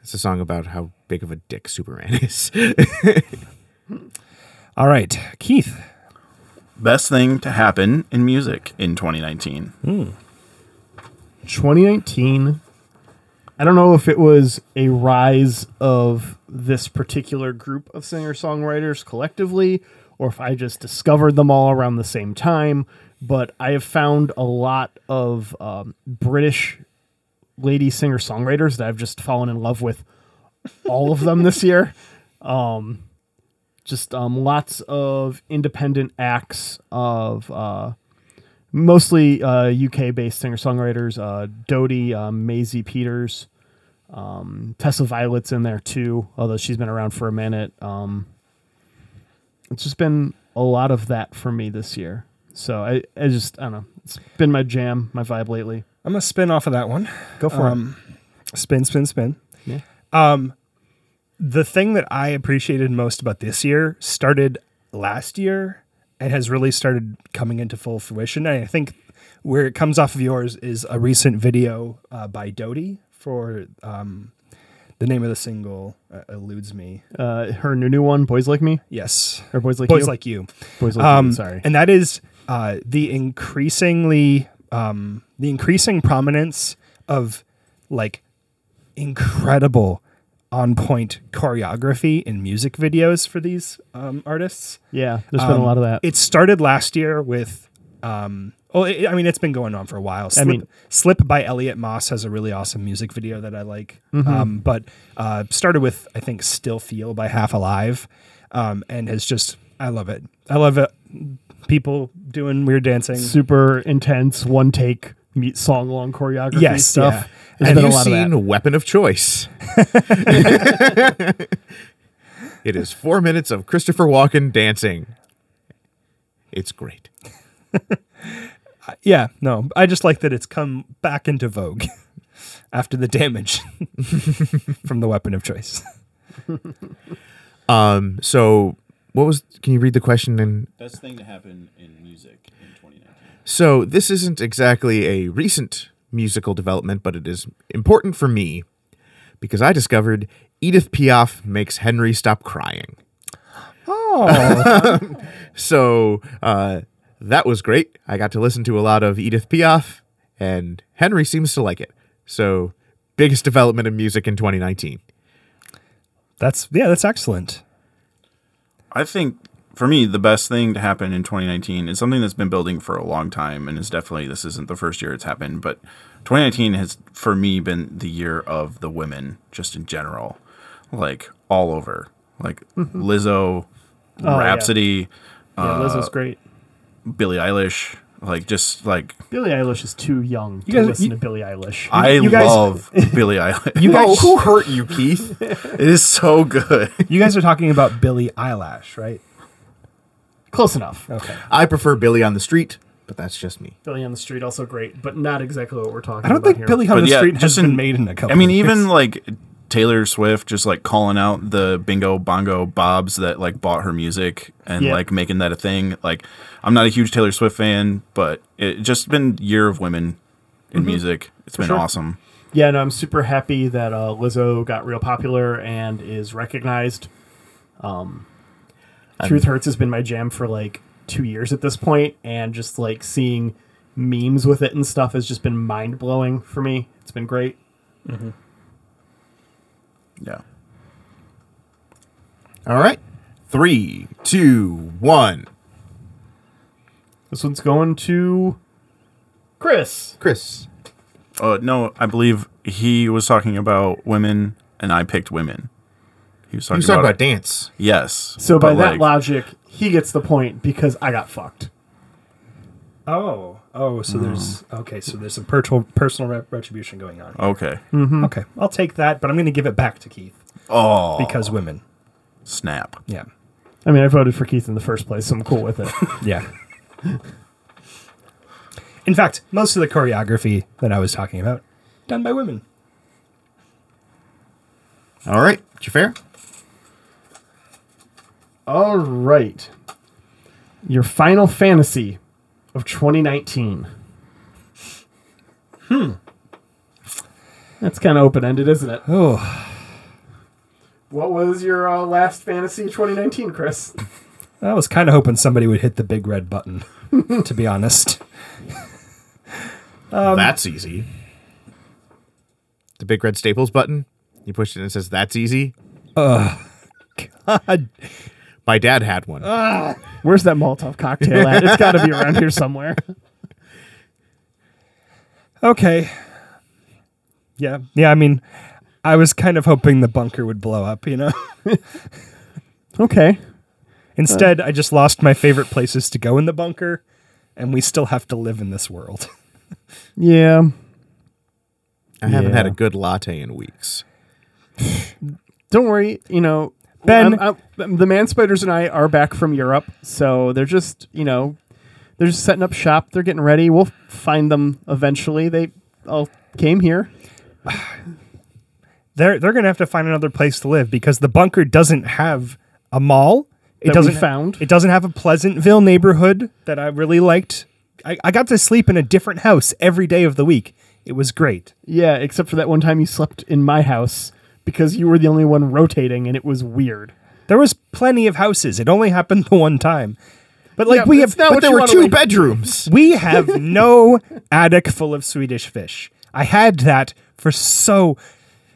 C: It's a song about how big of a dick Superman
B: [laughs]
C: is.
A: All right, Keith.
D: Best thing to happen in music in 2019.
B: 2019 i don't know if it was a rise of this particular group of singer-songwriters collectively or if i just discovered them all around the same time but i have found a lot of um, british lady singer-songwriters that i've just fallen in love with all of them this year [laughs] um, just um, lots of independent acts of uh, mostly uh, UK based singer songwriters. Uh, Dodie, um, Maisie Peters, um, Tessa Violet's in there too, although she's been around for a minute. Um, it's just been a lot of that for me this year. So I, I just, I don't know. It's been my jam, my vibe lately. Um,
A: I'm gonna spin off of that one. Go for it. Spin, spin, spin. Yeah. Um, the thing that I appreciated most about this year started last year and has really started coming into full fruition. And I think where it comes off of yours is a recent video uh, by Doty for um, the name of the single uh, eludes me.
B: Uh, her new, new one, Boys Like Me,
A: Yes,
B: or Boys Like
A: boys
B: You.
A: like you.
B: Boys Like
A: Um,
B: Me, sorry.
A: And that is uh, the increasingly um, the increasing prominence of like incredible on point choreography in music videos for these um, artists.
B: yeah, there's been a
A: Um,
B: lot of that.
A: It started last year with, um, well, it, I mean, it's been going on for a while. Slip,
B: mean-
A: Slip by Elliot Moss has a really awesome music video that I like.
B: Mm-hmm.
A: Um, but uh, started with, I think, Still Feel by Half Alive um, and has just, I love it. I love it. People doing weird dancing.
B: Super intense one take meet song long choreography
A: yes,
B: stuff.
A: yeah.
B: There's
A: And
B: been a
A: you
B: lot
A: see-
B: of that.
C: Seen Weapon of Choice. [laughs] it is four minutes of Christopher Walken dancing. It's great.
A: Yeah, no, I just like that it's come back into vogue [laughs] after the damage [laughs] from the weapon of choice.
C: Um so what was can you read the question and
D: Best thing to happen in music in 2019.
C: So this isn't exactly a recent musical development, but it is important for me because I discovered Edith Piaf makes Henry stop crying. Oh. [laughs] so uh, that was great. I got to listen to a lot of Edith Piaf, and Henry seems to like it. So biggest development in music in 2019.
A: That's, yeah, that's excellent.
D: I think for me, the best thing to happen in 2019 is something that's been building for a long time, and is definitely this isn't the first year it's happened, but 2019 has for me been the year of the women just in general, like all over, like
A: Mm-hmm.
D: Lizzo,
B: yeah.
A: Oh,
D: Rhapsody,
B: yeah, Lizzo's great.
D: Billie Eilish, Like just like
B: Billie Eilish is too young
D: You
B: to
D: guys-
B: listen
D: you- Uh,
B: to Billie Eilish.
D: I
A: you guys- [laughs]
D: love Billie Eilish. [laughs]
A: You guys-
D: Oh, who hurt you, Keith? it is so good.
A: You guys are talking about Billie Eyelash, right?
B: Close enough.
A: Okay.
C: I prefer Billy on the Street, but that's just me.
B: Billy on the Street also great, but not exactly what we're talking.
A: I don't
B: about
A: think
B: here.
A: Billie on
D: But
A: the
D: yeah,
A: Street has
D: just
A: been
D: in-
A: made in a couple.
D: I mean,
A: years.
D: even like Taylor Swift just like calling out the bingo bongo bobs that like bought her music and
B: Yeah.
D: like making that a thing. Like, I'm not a huge Taylor Swift fan, but it just been year of women in music. It's been
B: Mm-hmm. sure.
D: awesome.
B: Yeah, no, I'm super happy that uh, Lizzo got real popular and is recognized. Um, Truth Hurts has been my jam for like two years at this point, and just like seeing memes with it and stuff has just been mind blowing for me. It's been great.
D: Yeah.
C: All right. Three, two, one.
B: This one's going to Chris.
C: Chris.
D: Uh, no, I believe he was talking about women, and I picked women. He was
C: You
D: talking,
C: was talking
D: about,
C: about dance.
D: yes.
B: So by
D: but,
B: that
D: like,
B: logic, he gets the point because I got fucked.
A: Oh, oh,
D: Hmm.
A: so there's okay, so there's some personal personal re- retribution going on.
D: okay.
B: Hmm.
A: Okay, I'll take that, but I'm going to give it back to Keith
D: Uh-huh. Oh,
A: because women.
D: snap!
A: Yeah,
B: I mean, I voted for Keith in the first place, so I'm cool with it.
A: yeah. [laughs] In fact, most of the choreography that I was talking about done by women.
C: All right. Jafar.
B: [laughs] All right. Your final fantasy of 2019. Hmm. That's kind of open ended, isn't it?
A: Oh,
B: [sighs] What was your uh, last fantasy of 2019, Chris?
A: I was kind of hoping somebody would hit the big red button. [laughs] to be
D: [laughs]
A: honest,
C: that's easy. The big red staples button. You push it and it says, That's easy.
A: God,
C: My dad had one.
B: Where's that Molotov cocktail [laughs] at? It's got to be around here [laughs] somewhere.
A: Okay. Yeah. Yeah, I mean, I was kind of hoping the bunker would blow up, you know? [laughs]
B: Okay.
A: Instead, I just lost my favorite places to go in the bunker, and we still have to live in this world. [laughs]
B: Yeah.
C: I haven't
B: Yeah.
C: had a good latte in weeks.
B: Don't worry. You know,
A: Ben-
B: I'm- I'm- the man spiders and I are back from Europe, so they're just you know, they're just setting up shop. They're getting ready. We'll find them eventually. They all came here.
A: They're, they're going to have to find another place to live because the bunker doesn't have a mall. It
B: That we
A: doesn't
B: found.
A: It doesn't have a Pleasantville neighborhood that I really liked. I, I got to sleep in a different house every day of the week. It was great.
B: Yeah, except for that one time you slept in my house because you were the only one rotating, and it was weird.
A: There was plenty of houses. It only happened [laughs] the one time. But like
B: Yeah,
A: we
B: but
A: have
B: it's not
A: but
B: what
A: there
B: you
A: were
B: wanna
A: two
B: wait.
C: Bedrooms.
A: We have no attic full of Swedish fish. I had that for so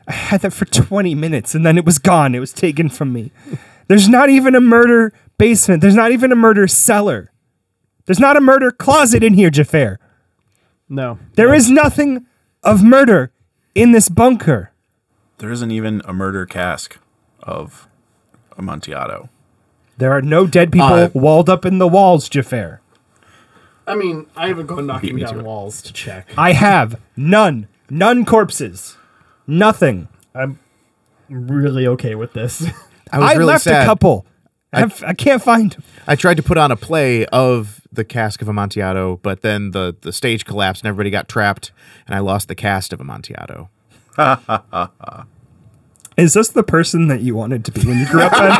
A: I had that for 20 minutes and then it was gone. It was taken from me. There's not even a murder basement. There's not even a murder cellar. There's not a murder closet in here, Jafar.
B: No,
A: There is nothing of murder in this bunker.
D: There isn't even a murder cask of Amontillado.
A: There are no dead people
C: Uh,
A: walled up in the walls, Jafar.
B: I mean I haven't gone knocking
D: me to
B: down
D: it.
B: walls to check.
A: I have none. None corpses. Nothing.
B: I'm really okay with this. [laughs]
C: I was
A: I,
C: really
A: left
C: sad.
A: a couple. I, I can't find 'em.
C: I tried to put on a play of the cask of Amontillado, but then the, the stage collapsed and everybody got trapped, and I lost the cast of Amontillado.
A: Is this the person that you wanted to be when you grew up? [laughs] Ben?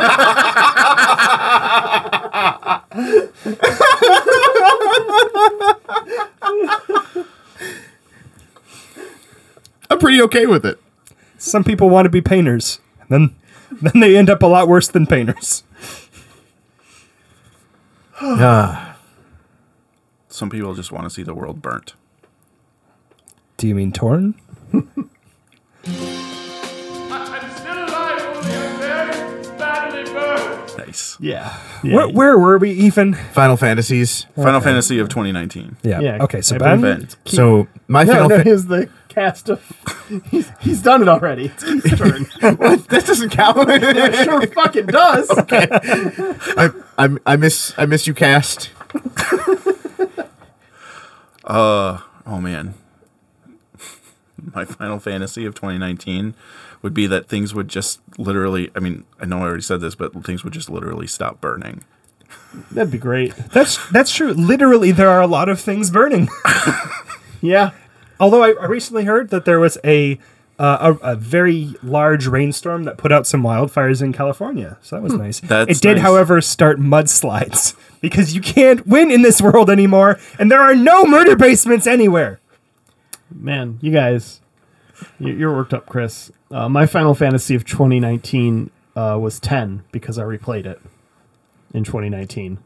C: I'm pretty okay with it.
A: Some people want to be painters, and then then they end up a lot worse than painters.
D: Some people just want to see the world burnt.
A: Do you mean torn?
E: I'm still alive, only I'm very badly burned.
D: Nice.
B: yeah.
A: Where, where were we even?
C: Final Fantasies.
D: Final Fantasy of 2019.
A: Yeah.
B: Yeah,
A: okay. So
B: I
A: Ben.
B: believe
D: Ben.
C: So my
B: No,
C: final
B: no,
C: fa-
B: he's the cast of. [laughs] He's, he's done it already. [laughs] It's Keith's turn.
C: [laughs] that doesn't [laughs] count.
B: It sure fucking does.
C: I, I I miss I miss you, cast.
D: Uh oh man. [laughs] My final fantasy of 2019 would be that things would just literally, I mean, I know I already said this, but things would just literally stop burning.
B: [laughs]
D: [laughs]
B: That'd be great.
A: That's that's true. Literally, there are a lot of things [laughs] burning.
B: yeah.
A: Although I, I recently heard that there was a, uh, a a very large rainstorm that put out some wildfires in California, so that was nice.
D: That's
A: it did,
D: nice.
A: however, start mudslides [laughs] because you can't win in this world anymore, and there are no murder basements anywhere.
B: Man, you guys, you- you're worked up, Chris. Uh, my Final Fantasy of 2019 uh, was 10 because I replayed it in 2019.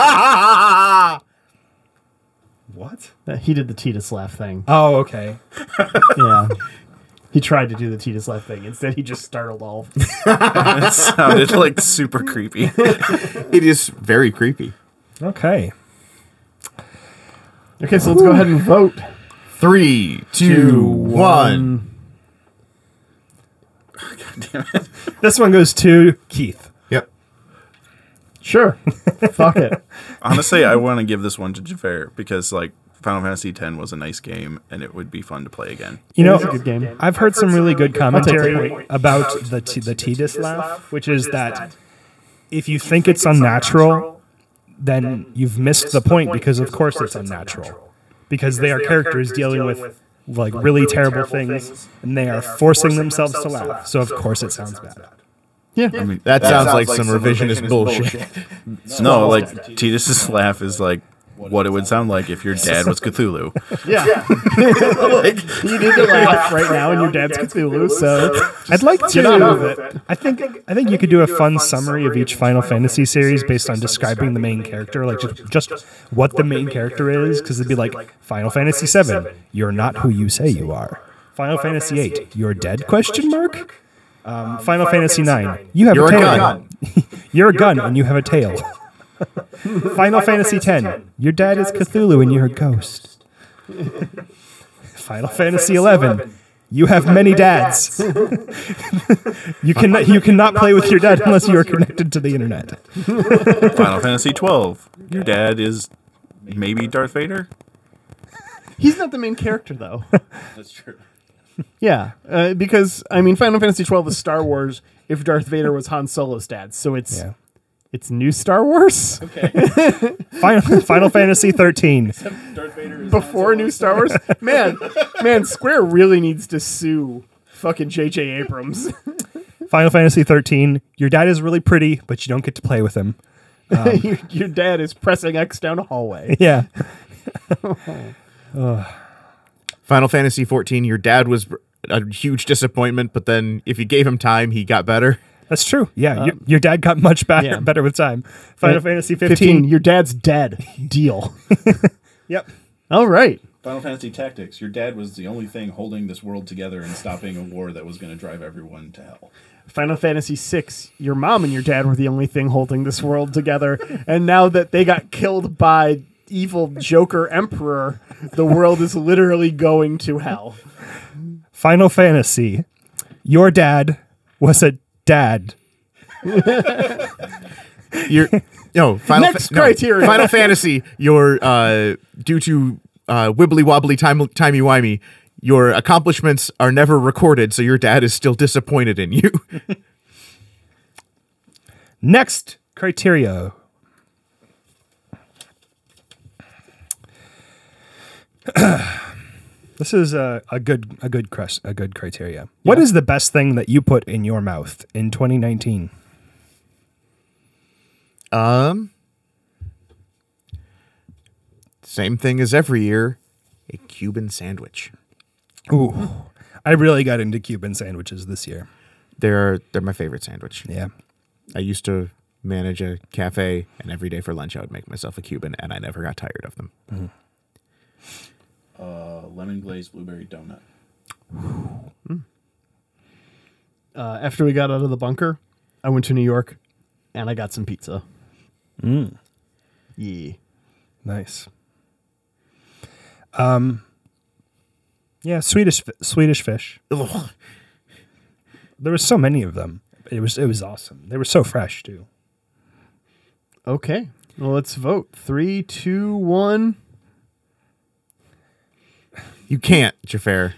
A: [laughs] What?
B: Uh, He did the Titus laugh
A: [laughs]
B: thing.
A: Oh, okay.
B: Yeah. He tried to do the Titus laugh thing. Instead, he just startled all. of us.
D: it sounded like
C: [laughs]
D: super creepy.
C: It is very creepy.
A: Okay.
B: Okay, so let's go ahead and vote.
C: Three, two, one.
A: This one goes to Keith.
C: Yep.
B: Sure.
A: [laughs]
B: Fuck it.
D: Honestly, I want to give this one to Jafar because like Final Fantasy X was a nice game and it would be fun to play again.
A: You know,
B: It's a good game.
A: I've heard some really good
B: take the
A: commentary about the t- the Tidus laugh, which is that if you think it's unnatural, then you've missed the point because of course it's unnatural. Because they are characters dealing with like really terrible things and they are forcing themselves to laugh. So of course it sounds bad.
C: I mean, that, sounds, like, some revisionist, bullshit. [laughs]
L: Uh,
D: No, like Titus's laugh is like what it would sound like
L: [laughs]
D: if your dad was Cthulhu.
B: Yeah.
A: [laughs]
B: you need to laugh right now, and your dad's Cthulhu, so
A: I'd like
B: get on with
A: to.
B: it.
A: I think I think you could do a fun summary of each Final Fantasy series based on describing the main character, like just just what the main character is, because it'd be like Final Fantasy VII, you're not who you say you are. Final Fantasy VIII, you're dead? Question mark. Um, Final Fantasy IX, you have
C: You're
A: a
C: a
A: tail.
C: gun.
A: You're a gun and you have a tail. [laughs] Final Fantasy X, your dad is Cthulhu and you're a ghost. Final Fantasy XI, you have many dads. You cannot you cannot play with your dad unless you are connected to the internet.
D: Final Fantasy 12. Your dad is maybe Darth Vader?
B: he's not the main character, though. [laughs] That's true. Yeah, uh, because I mean, Final Fantasy twelve is Star Wars. If Darth Vader was Han Solo's dad, so it's
A: Yeah.
B: it's new Star Wars
A: Final, [laughs] Final Fantasy 13.
B: [laughs] before new Star Wars. Man, man, Square really needs to sue fucking J.J. Abrams. [laughs]
A: Final Fantasy 13. Your dad is really pretty, but you don't get to play with him.
B: your, your dad is pressing X down
A: [laughs]
B: a hallway.
A: Yeah.
C: Final Fantasy 14, your dad was a huge disappointment, but then if you gave him time, he got better. [laughs]
A: That's true. Yeah, your, your dad got much better,
B: Um, yeah. Uh,
A: better with time. Final Fantasy 15.
B: Fifteen, your dad's dead. Deal.
A: Yep.
B: All right.
L: Final Fantasy Tactics, your dad was the only thing holding this world together and stopping a war that was going to drive everyone to hell.
B: Final Fantasy VI, your mom and your dad were the only thing holding this world together. And now that they got killed by evil Joker Emperor, the world is literally going to hell.
A: Final Fantasy. Your dad was a dad.
C: Your no final
B: Next criteria.
C: [laughs] Final Fantasy. Your uh, due to uh, wibbly wobbly time timey wimey, your accomplishments are never recorded, so your dad is still disappointed in you. [laughs]
A: Next criteria. [clears throat] this is a, a good a good crush, a good criteria. What is the best thing that you put in your mouth in 2019?
C: um, same thing as every year, a Cuban sandwich.
A: Ooh. I really got into Cuban sandwiches this year.
C: They're they're my favorite sandwich.
A: Yeah.
C: I used to manage a cafe, and every day for lunch I would make myself a Cuban, and I never got tired of them.
L: Uh, lemon glazed blueberry donut.
B: Uh, after we got out of the bunker, I went to New York and I got some pizza. Yeah.
A: Nice. Um Yeah, Swedish fi- Swedish fish.
C: Ugh.
A: There was so many of them. It was it was awesome. They were so fresh too.
B: Okay. Well, let's vote. Three, two, one.
C: You can't, Jafar.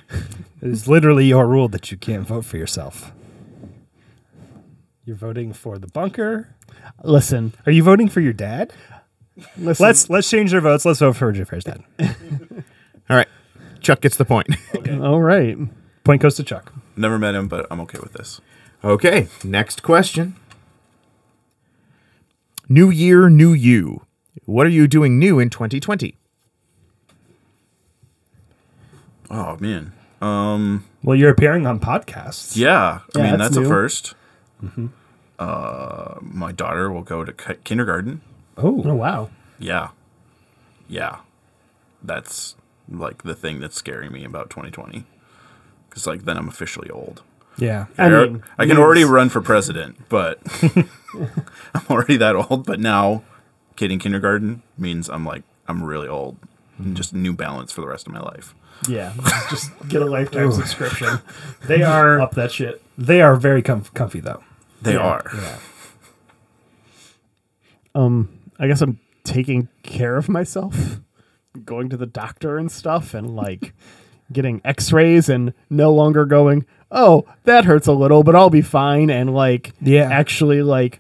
A: It is literally your rule that you can't vote for yourself. You're voting for the bunker.
B: Listen,
A: are you voting for your dad?
B: Listen.
A: Let's let's change our votes. Let's vote for Jafar's dad.
C: All right, Chuck gets the point. [laughs]
B: All right.
A: Point goes to Chuck.
D: Never met him, but I'm okay with this.
C: Okay, next question. New year, new you. What are you doing new in 2020?
D: Oh man. Um.
A: Well, you're appearing on podcasts.
D: Yeah. I
A: Yeah,
D: mean
A: that's
D: that's, a
A: new. Mm-hmm.
D: 1st Uh, my daughter will go to ki- kindergarten.
A: Oh.
B: Oh wow.
D: Yeah. Yeah. That's like the thing that's scaring me about 2020. Cuz like then I'm officially old.
A: Yeah.
B: I
D: al-
B: mean,
D: I can
B: yes.
D: already run for
B: [laughs]
D: president, but I'm already that old, but now kid in kindergarten means I'm like I'm really old.
B: Mm-hmm.
D: Just new balance for the rest of my life.
B: Yeah. Just get a lifetime subscription.
A: They are
B: Up that shit.
A: they are very comf- comfy though.
D: They
B: Yeah.
D: are.
B: Um, I guess I'm taking care of myself, going to the doctor and stuff, and like [laughs] getting X-rays, and no longer going. Oh, that hurts a little, but I'll be fine. And like,
A: Yeah.
B: actually, like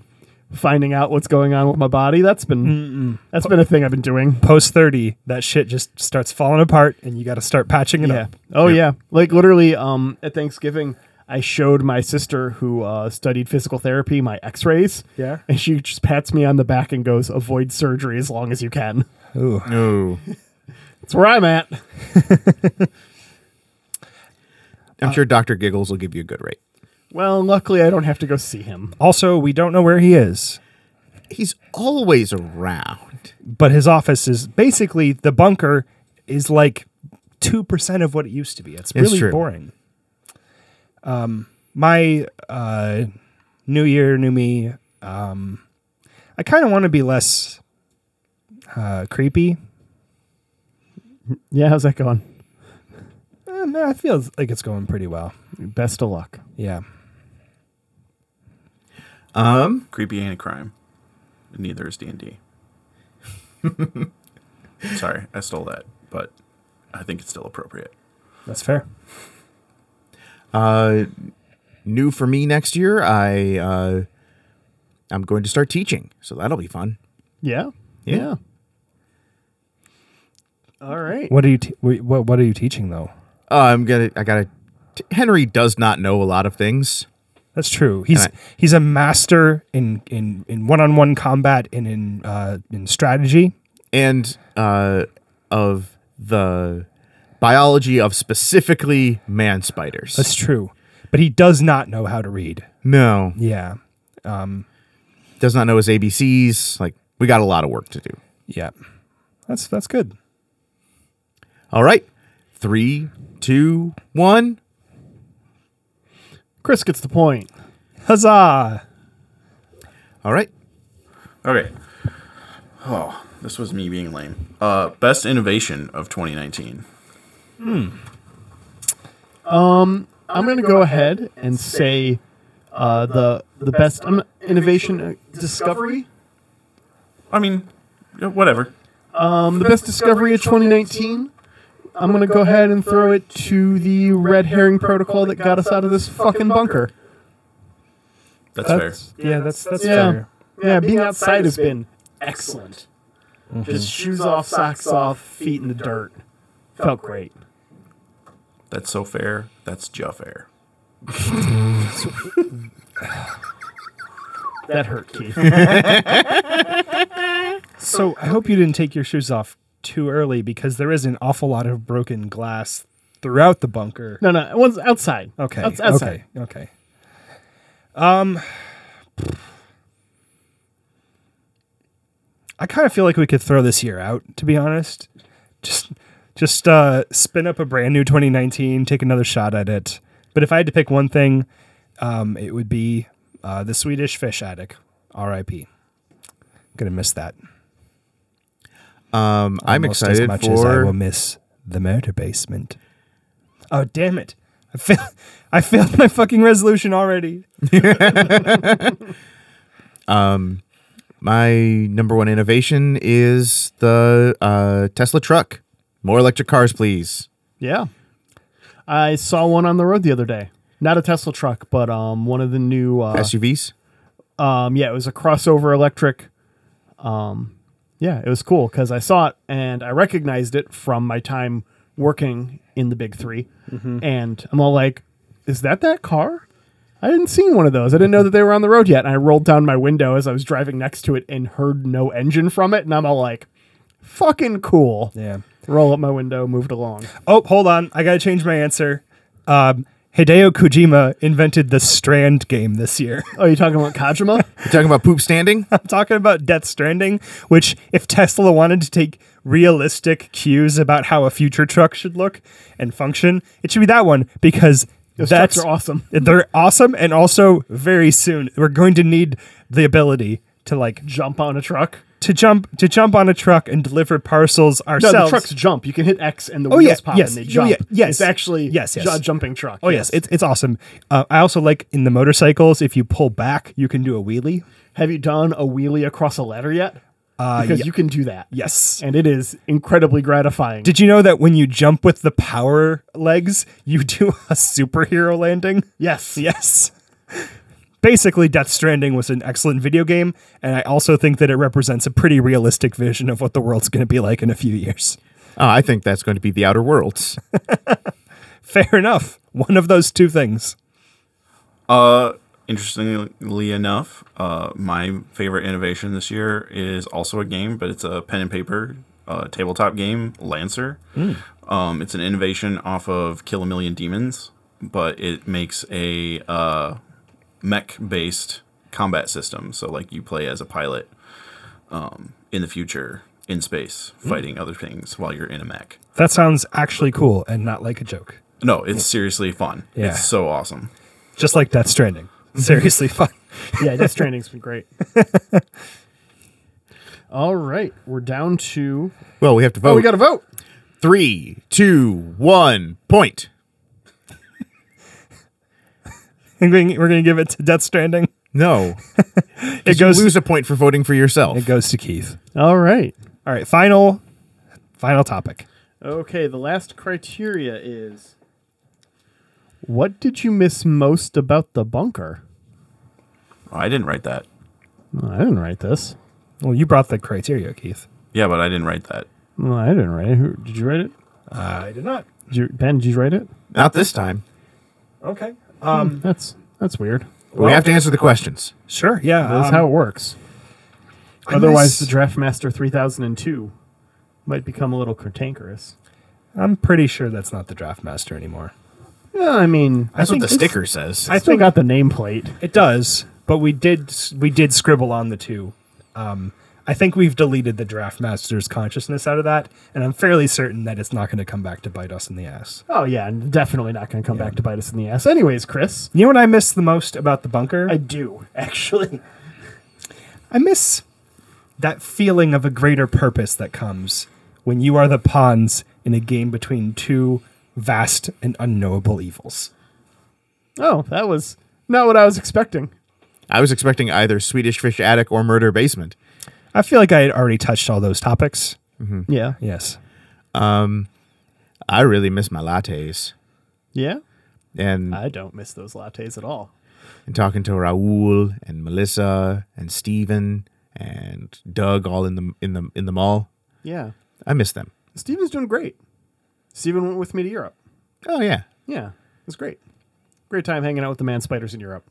B: finding out what's going on with my body. That's been that's been a thing I've been doing.
A: Post thirty, that shit just starts falling apart, and you got to start patching it
B: Yeah.
A: up.
B: Oh yeah. Like literally, um, at Thanksgiving, I showed my sister who uh, studied physical therapy my X-rays.
A: Yeah.
B: And she just pats me on the back and goes, "Avoid surgery as long as you can."
A: Ooh.
C: No.
B: That's where I'm at.
C: I'm sure Dr. Giggles will give you a good rate.
B: Well, luckily I don't have to go see him.
A: Also, we don't know where he is,
C: He's always around.
A: but his office is basically the bunker is like two percent of what it used to be. It's really
C: true.
A: boring. Um, my uh, new year, new me. Um, I kind of want to be less uh, creepy.
B: Yeah, how's that going?
A: Eh, man, I feel like it's going pretty well.
B: Best of luck.
A: Yeah.
C: Um,
D: [laughs] Creepy ain't a crime. Neither is D and
B: [laughs]
D: D. Sorry, I stole that, but I think it's still appropriate.
A: That's fair.
C: uh, new for me next year, I uh, I'm going to start teaching, so that'll be fun.
B: Yeah.
C: Yeah.
B: All right.
A: What are you te- wh- what What are you teaching though?
C: Uh, I'm gonna I gotta. T- Henry does not know a lot of things.
A: That's true. He's
C: Alright.
A: he's a master in in in one on one combat and in uh, in strategy.
C: and uh, of the biology of specifically man spiders.
A: That's true, but he does not know how to read.
C: no,
A: Yeah,
C: does not know his ABCs. Like we got a lot of work to do.
A: yeah. That's that's good.
C: All right, three, two, one.
B: Chris gets the point.
A: Huzzah!
C: All right,
D: Okay. Oh, this was me being lame. Uh, best innovation of 2019.
B: I'm gonna go ahead and say uh, the the best um, innovation uh, discovery.
D: I mean, yeah, whatever.
B: Um, the best discovery of 2019. I'm gonna go ahead and throw it to the red herring protocol that got us out of this fucking bunker.
D: That's, fair.
A: Yeah, that's that's
B: Yeah.
A: fair.
B: Yeah, being outside has been excellent.
A: Mm-hmm.
B: Just shoes off, socks off, feet in the dirt. Felt great.
D: That's so fair. That's Jaffair.
B: That hurt, Keith.
A: So I hope you didn't take your shoes off too early because there is an awful lot of broken glass throughout the bunker.
B: No, no, one's outside.
A: Okay.
B: Outs- outside.
A: Okay. Okay. Um, I kind of feel like we could throw this year out, to be honest. Just, just uh, spin up a brand new 2019, take another shot at it. But if I had to pick one thing, um, it would be uh, the Swedish Fish Attic, R.I.P. Gonna miss that.
C: um, I'm
A: almost
C: excited
A: as much as I
C: for.
A: will miss the murder basement. Oh damn it! I failed. [laughs] I failed my fucking resolution already.
C: my number one innovation is the uh, Tesla truck. More electric cars, please.
B: Yeah. I saw one on the road the other day. Not a Tesla truck, but um, one of the new uh,
C: SUVs.
B: Um, yeah, it was a crossover electric. Um, yeah, it was cool because I saw it and I recognized it from my time working in the Big 3
A: Mm-hmm.
M: Mhm.
B: and I'm all like, "Is that that car?" I hadn't seen one of those. I didn't know that they were on the road yet. And I rolled down my window as I was driving next to it and heard no engine from it, and I'm all like, "Fucking cool!"
A: Yeah.
B: Roll up my window, moved along.
A: Oh, hold on. I got to change my answer. Um, Hideo Kojima invented the Strand game this year.
B: Oh, you talking about Kojima? [laughs]
C: you talking about
A: [laughs]
C: poop standing? Oh,
A: I'm talking about Death Stranding, which, if Tesla wanted to take realistic cues about how a future truck should look and function, it should be that one because
B: Those
A: that's
B: trucks are awesome.
A: [laughs] They're awesome, and also very soon we're going to need the ability to like
B: jump on a truck
A: to jump to jump on a truck and deliver parcels ourselves.
B: No, the trucks jump. You can hit X and the
A: Oh,
B: wheels
A: yeah,
B: pop
A: yes,
B: and they
A: oh,
B: jump.
A: yeah, yes.
B: It's actually
A: Yes, yes.
B: a jumping truck.
A: Oh yes, it's it's awesome. Uh, I also like in the motorcycles if you pull back, you can do a wheelie.
B: Have you done a wheelie across a ladder yet?
A: Uh,
B: because
A: yeah.
B: you can do that.
A: Yes.
B: And it is incredibly gratifying.
A: Did you know that when you jump with the power legs, you [laughs] do a superhero landing?
B: [laughs]
A: [laughs]
B: Yes.
A: Yes. Basically, Death Stranding was an excellent video game, and I also think that it represents a pretty realistic vision of what the world's going to be like in a few years. [laughs]
C: Uh, I think that's going to be the Outer Worlds.
A: Fair enough. One of those two things.
D: Uh, interestingly enough, uh, my favorite innovation this year is also a game, but it's a pen and paper uh, tabletop game, Lancer.
E: Mm.
D: Um, it's an innovation off of Kill a Million Demons, but it makes a uh, mech-based combat system. So, like, you play as a pilot um, in the future in space,
A: Mm.
D: fighting other things while you're in a mech.
A: That sounds actually cool and not like a joke.
D: No, it's seriously fun.
A: Yeah.
D: It's so awesome.
A: Just like Death Stranding. Seriously fun.
B: yeah, Death Stranding's been great. All right, we're down to
C: Well, we have to vote.
B: Oh, we got to vote.
C: Three, two, one, point.
A: [laughs] We're going to give it to Death Stranding.
C: No.
A: it
C: goes you lose a point for voting for yourself. It
A: goes to Keith.
B: All right.
A: All right. Final, final topic.
B: Okay, the last criteria is what did you miss most about the bunker?
D: I didn't write that.
B: I didn't write this.
A: Well, you brought the criteria, Keith.
D: Yeah, but I didn't write that.
B: Well, I didn't write it. Who- Did you write it?
A: I did not.
B: Did you, ben, did you write it?
C: Not this time.
A: Okay.
B: Hmm, that's that's weird.
C: we have to answer the questions.
A: Sure. Yeah.
B: That's
A: um,
B: how it works.
A: I
B: Otherwise,
A: miss-
B: the Draft Master 3002 might become a little cantankerous.
A: I'm pretty sure that's not the draft master anymore.
B: Yeah, I mean,
A: That's what the sticker
C: says.
B: I
A: I
B: still
A: think-
B: got the nameplate.
A: It does, but we did we did scribble on the two. Um, I think we've deleted the draft master's consciousness out of that, and I'm fairly certain that it's not going to come back to bite us in the ass.
B: Oh yeah, and definitely not going to come back to bite us in the ass. Anyways, Chris,
A: You know what I miss the most about the bunker?
B: I do [laughs] actually.
A: I miss that feeling of a greater purpose that comes when you are the pawns in a game between two vast and unknowable evils.
B: Oh, that was not what I was expecting.
C: I was expecting either Swedish Fish Attic or Murder Basement.
A: I feel like I had already touched all those topics.
B: Yeah.
A: Yes.
C: Um, I really miss my lattes
B: Yeah.
C: and,
B: I don't miss those lattes at all.
C: and talking to Raul and Melissa and Steven and Doug all in the in the in the mall.
B: Yeah.
C: I miss them.
B: Steven's doing great. Steven went with me to Europe.
C: Oh yeah.
B: Yeah. It was great. Great time hanging out with the man spiders in Europe.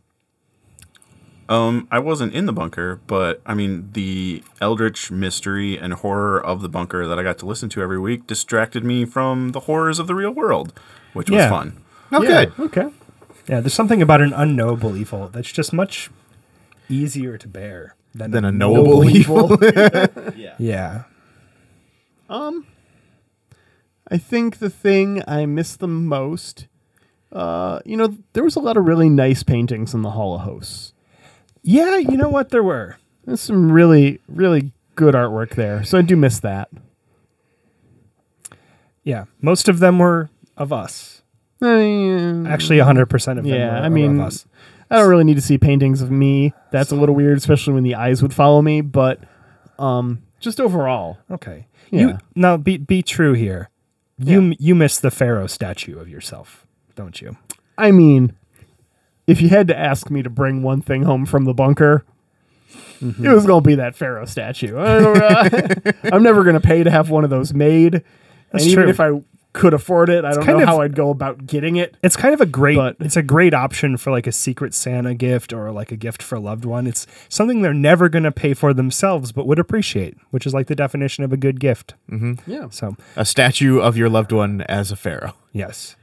D: Um, I wasn't in the bunker, but I mean, the eldritch mystery and horror of the bunker that I got to listen to every week distracted me from the horrors of the real world, which was
A: Yeah.
D: fun.
C: Oh,
A: Yeah.
C: good.
B: Okay.
A: Yeah, there's something about an unknowable evil that's just much easier to bear than,
C: Than a knowable evil.
A: yeah. [laughs]
C: Yeah.
A: Yeah.
B: Um, I think the thing I miss the most, uh, you know, there was a lot of really nice paintings in the Hall of Hosts.
A: Yeah, you know what? There were.
B: There's some really, really good artwork there. So I do miss that.
A: Yeah. Most of them were of us. Actually,
B: Actually,
A: 100% of them
B: yeah,
A: were,
B: I
A: are
B: mean,
A: of us.
B: I don't really need to see paintings of me. That's a little weird, especially when the eyes would follow me. But um, just overall,
A: Okay.
B: yeah.
A: You, now, be, be true here. You you miss the pharaoh statue of yourself, don't you?
B: I mean, if you had to ask me to bring one thing home from the bunker, it was going to be that pharaoh statue. I [laughs] am never going to pay to have one of those made.
A: That's
B: and even
A: true.
B: if I could afford it, I don't
A: kind
B: know
A: of-
B: how I'd go about getting it.
A: It's kind of a great it's a great option for like a secret Santa gift or like a gift for a loved one. It's something they're never going to pay for themselves but would appreciate, which is like the definition of a good gift.
C: Mm-hmm.
B: Yeah.
A: So,
C: A statue of your loved one as a pharaoh.
A: yes.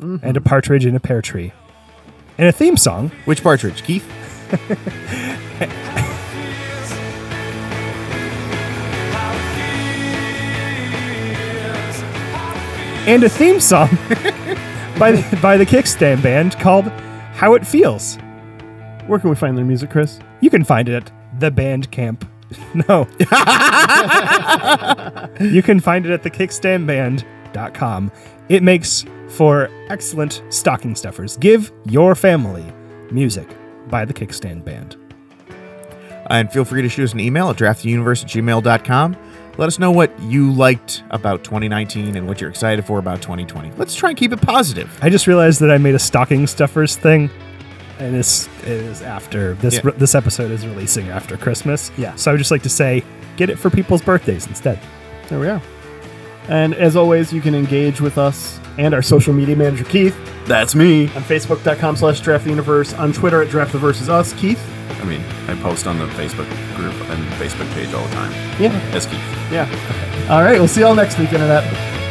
A: And a partridge in a pear tree. And a theme song.
C: Which partridge, Keith?
A: and a theme song [laughs] by the, by the Kickstand Band called How It Feels.
B: Where can we find their music, Chris?
A: You can find it at the Band Camp. [laughs]
B: [laughs]
A: No. you can find it at thekickstandband.com. It makes for excellent stocking stuffers. Give your family music by the Kickstand Band.
C: And feel free to shoot us an email at drafttheuniverse at gmail.com. Let us know what you liked about 2019 and what you're excited for about 2020. Let's try and keep it positive.
A: I just realized that I made a stocking stuffers thing, and this is after this
C: Yeah.
A: this episode is releasing after Christmas. Yeah. So I would just like to say, get it for people's birthdays instead.
B: There we are. And as always, you can engage with us and our social media manager, Keith.
D: That's me.
B: On Facebook.com slash Draft the Universe. On Twitter at Draft the Versus Us. Keith.
D: I mean, I post on the Facebook group and Facebook page all the time.
B: Yeah.
D: As Keith.
B: Yeah. All right. We'll see y'all next week, Internet.
E: Oh,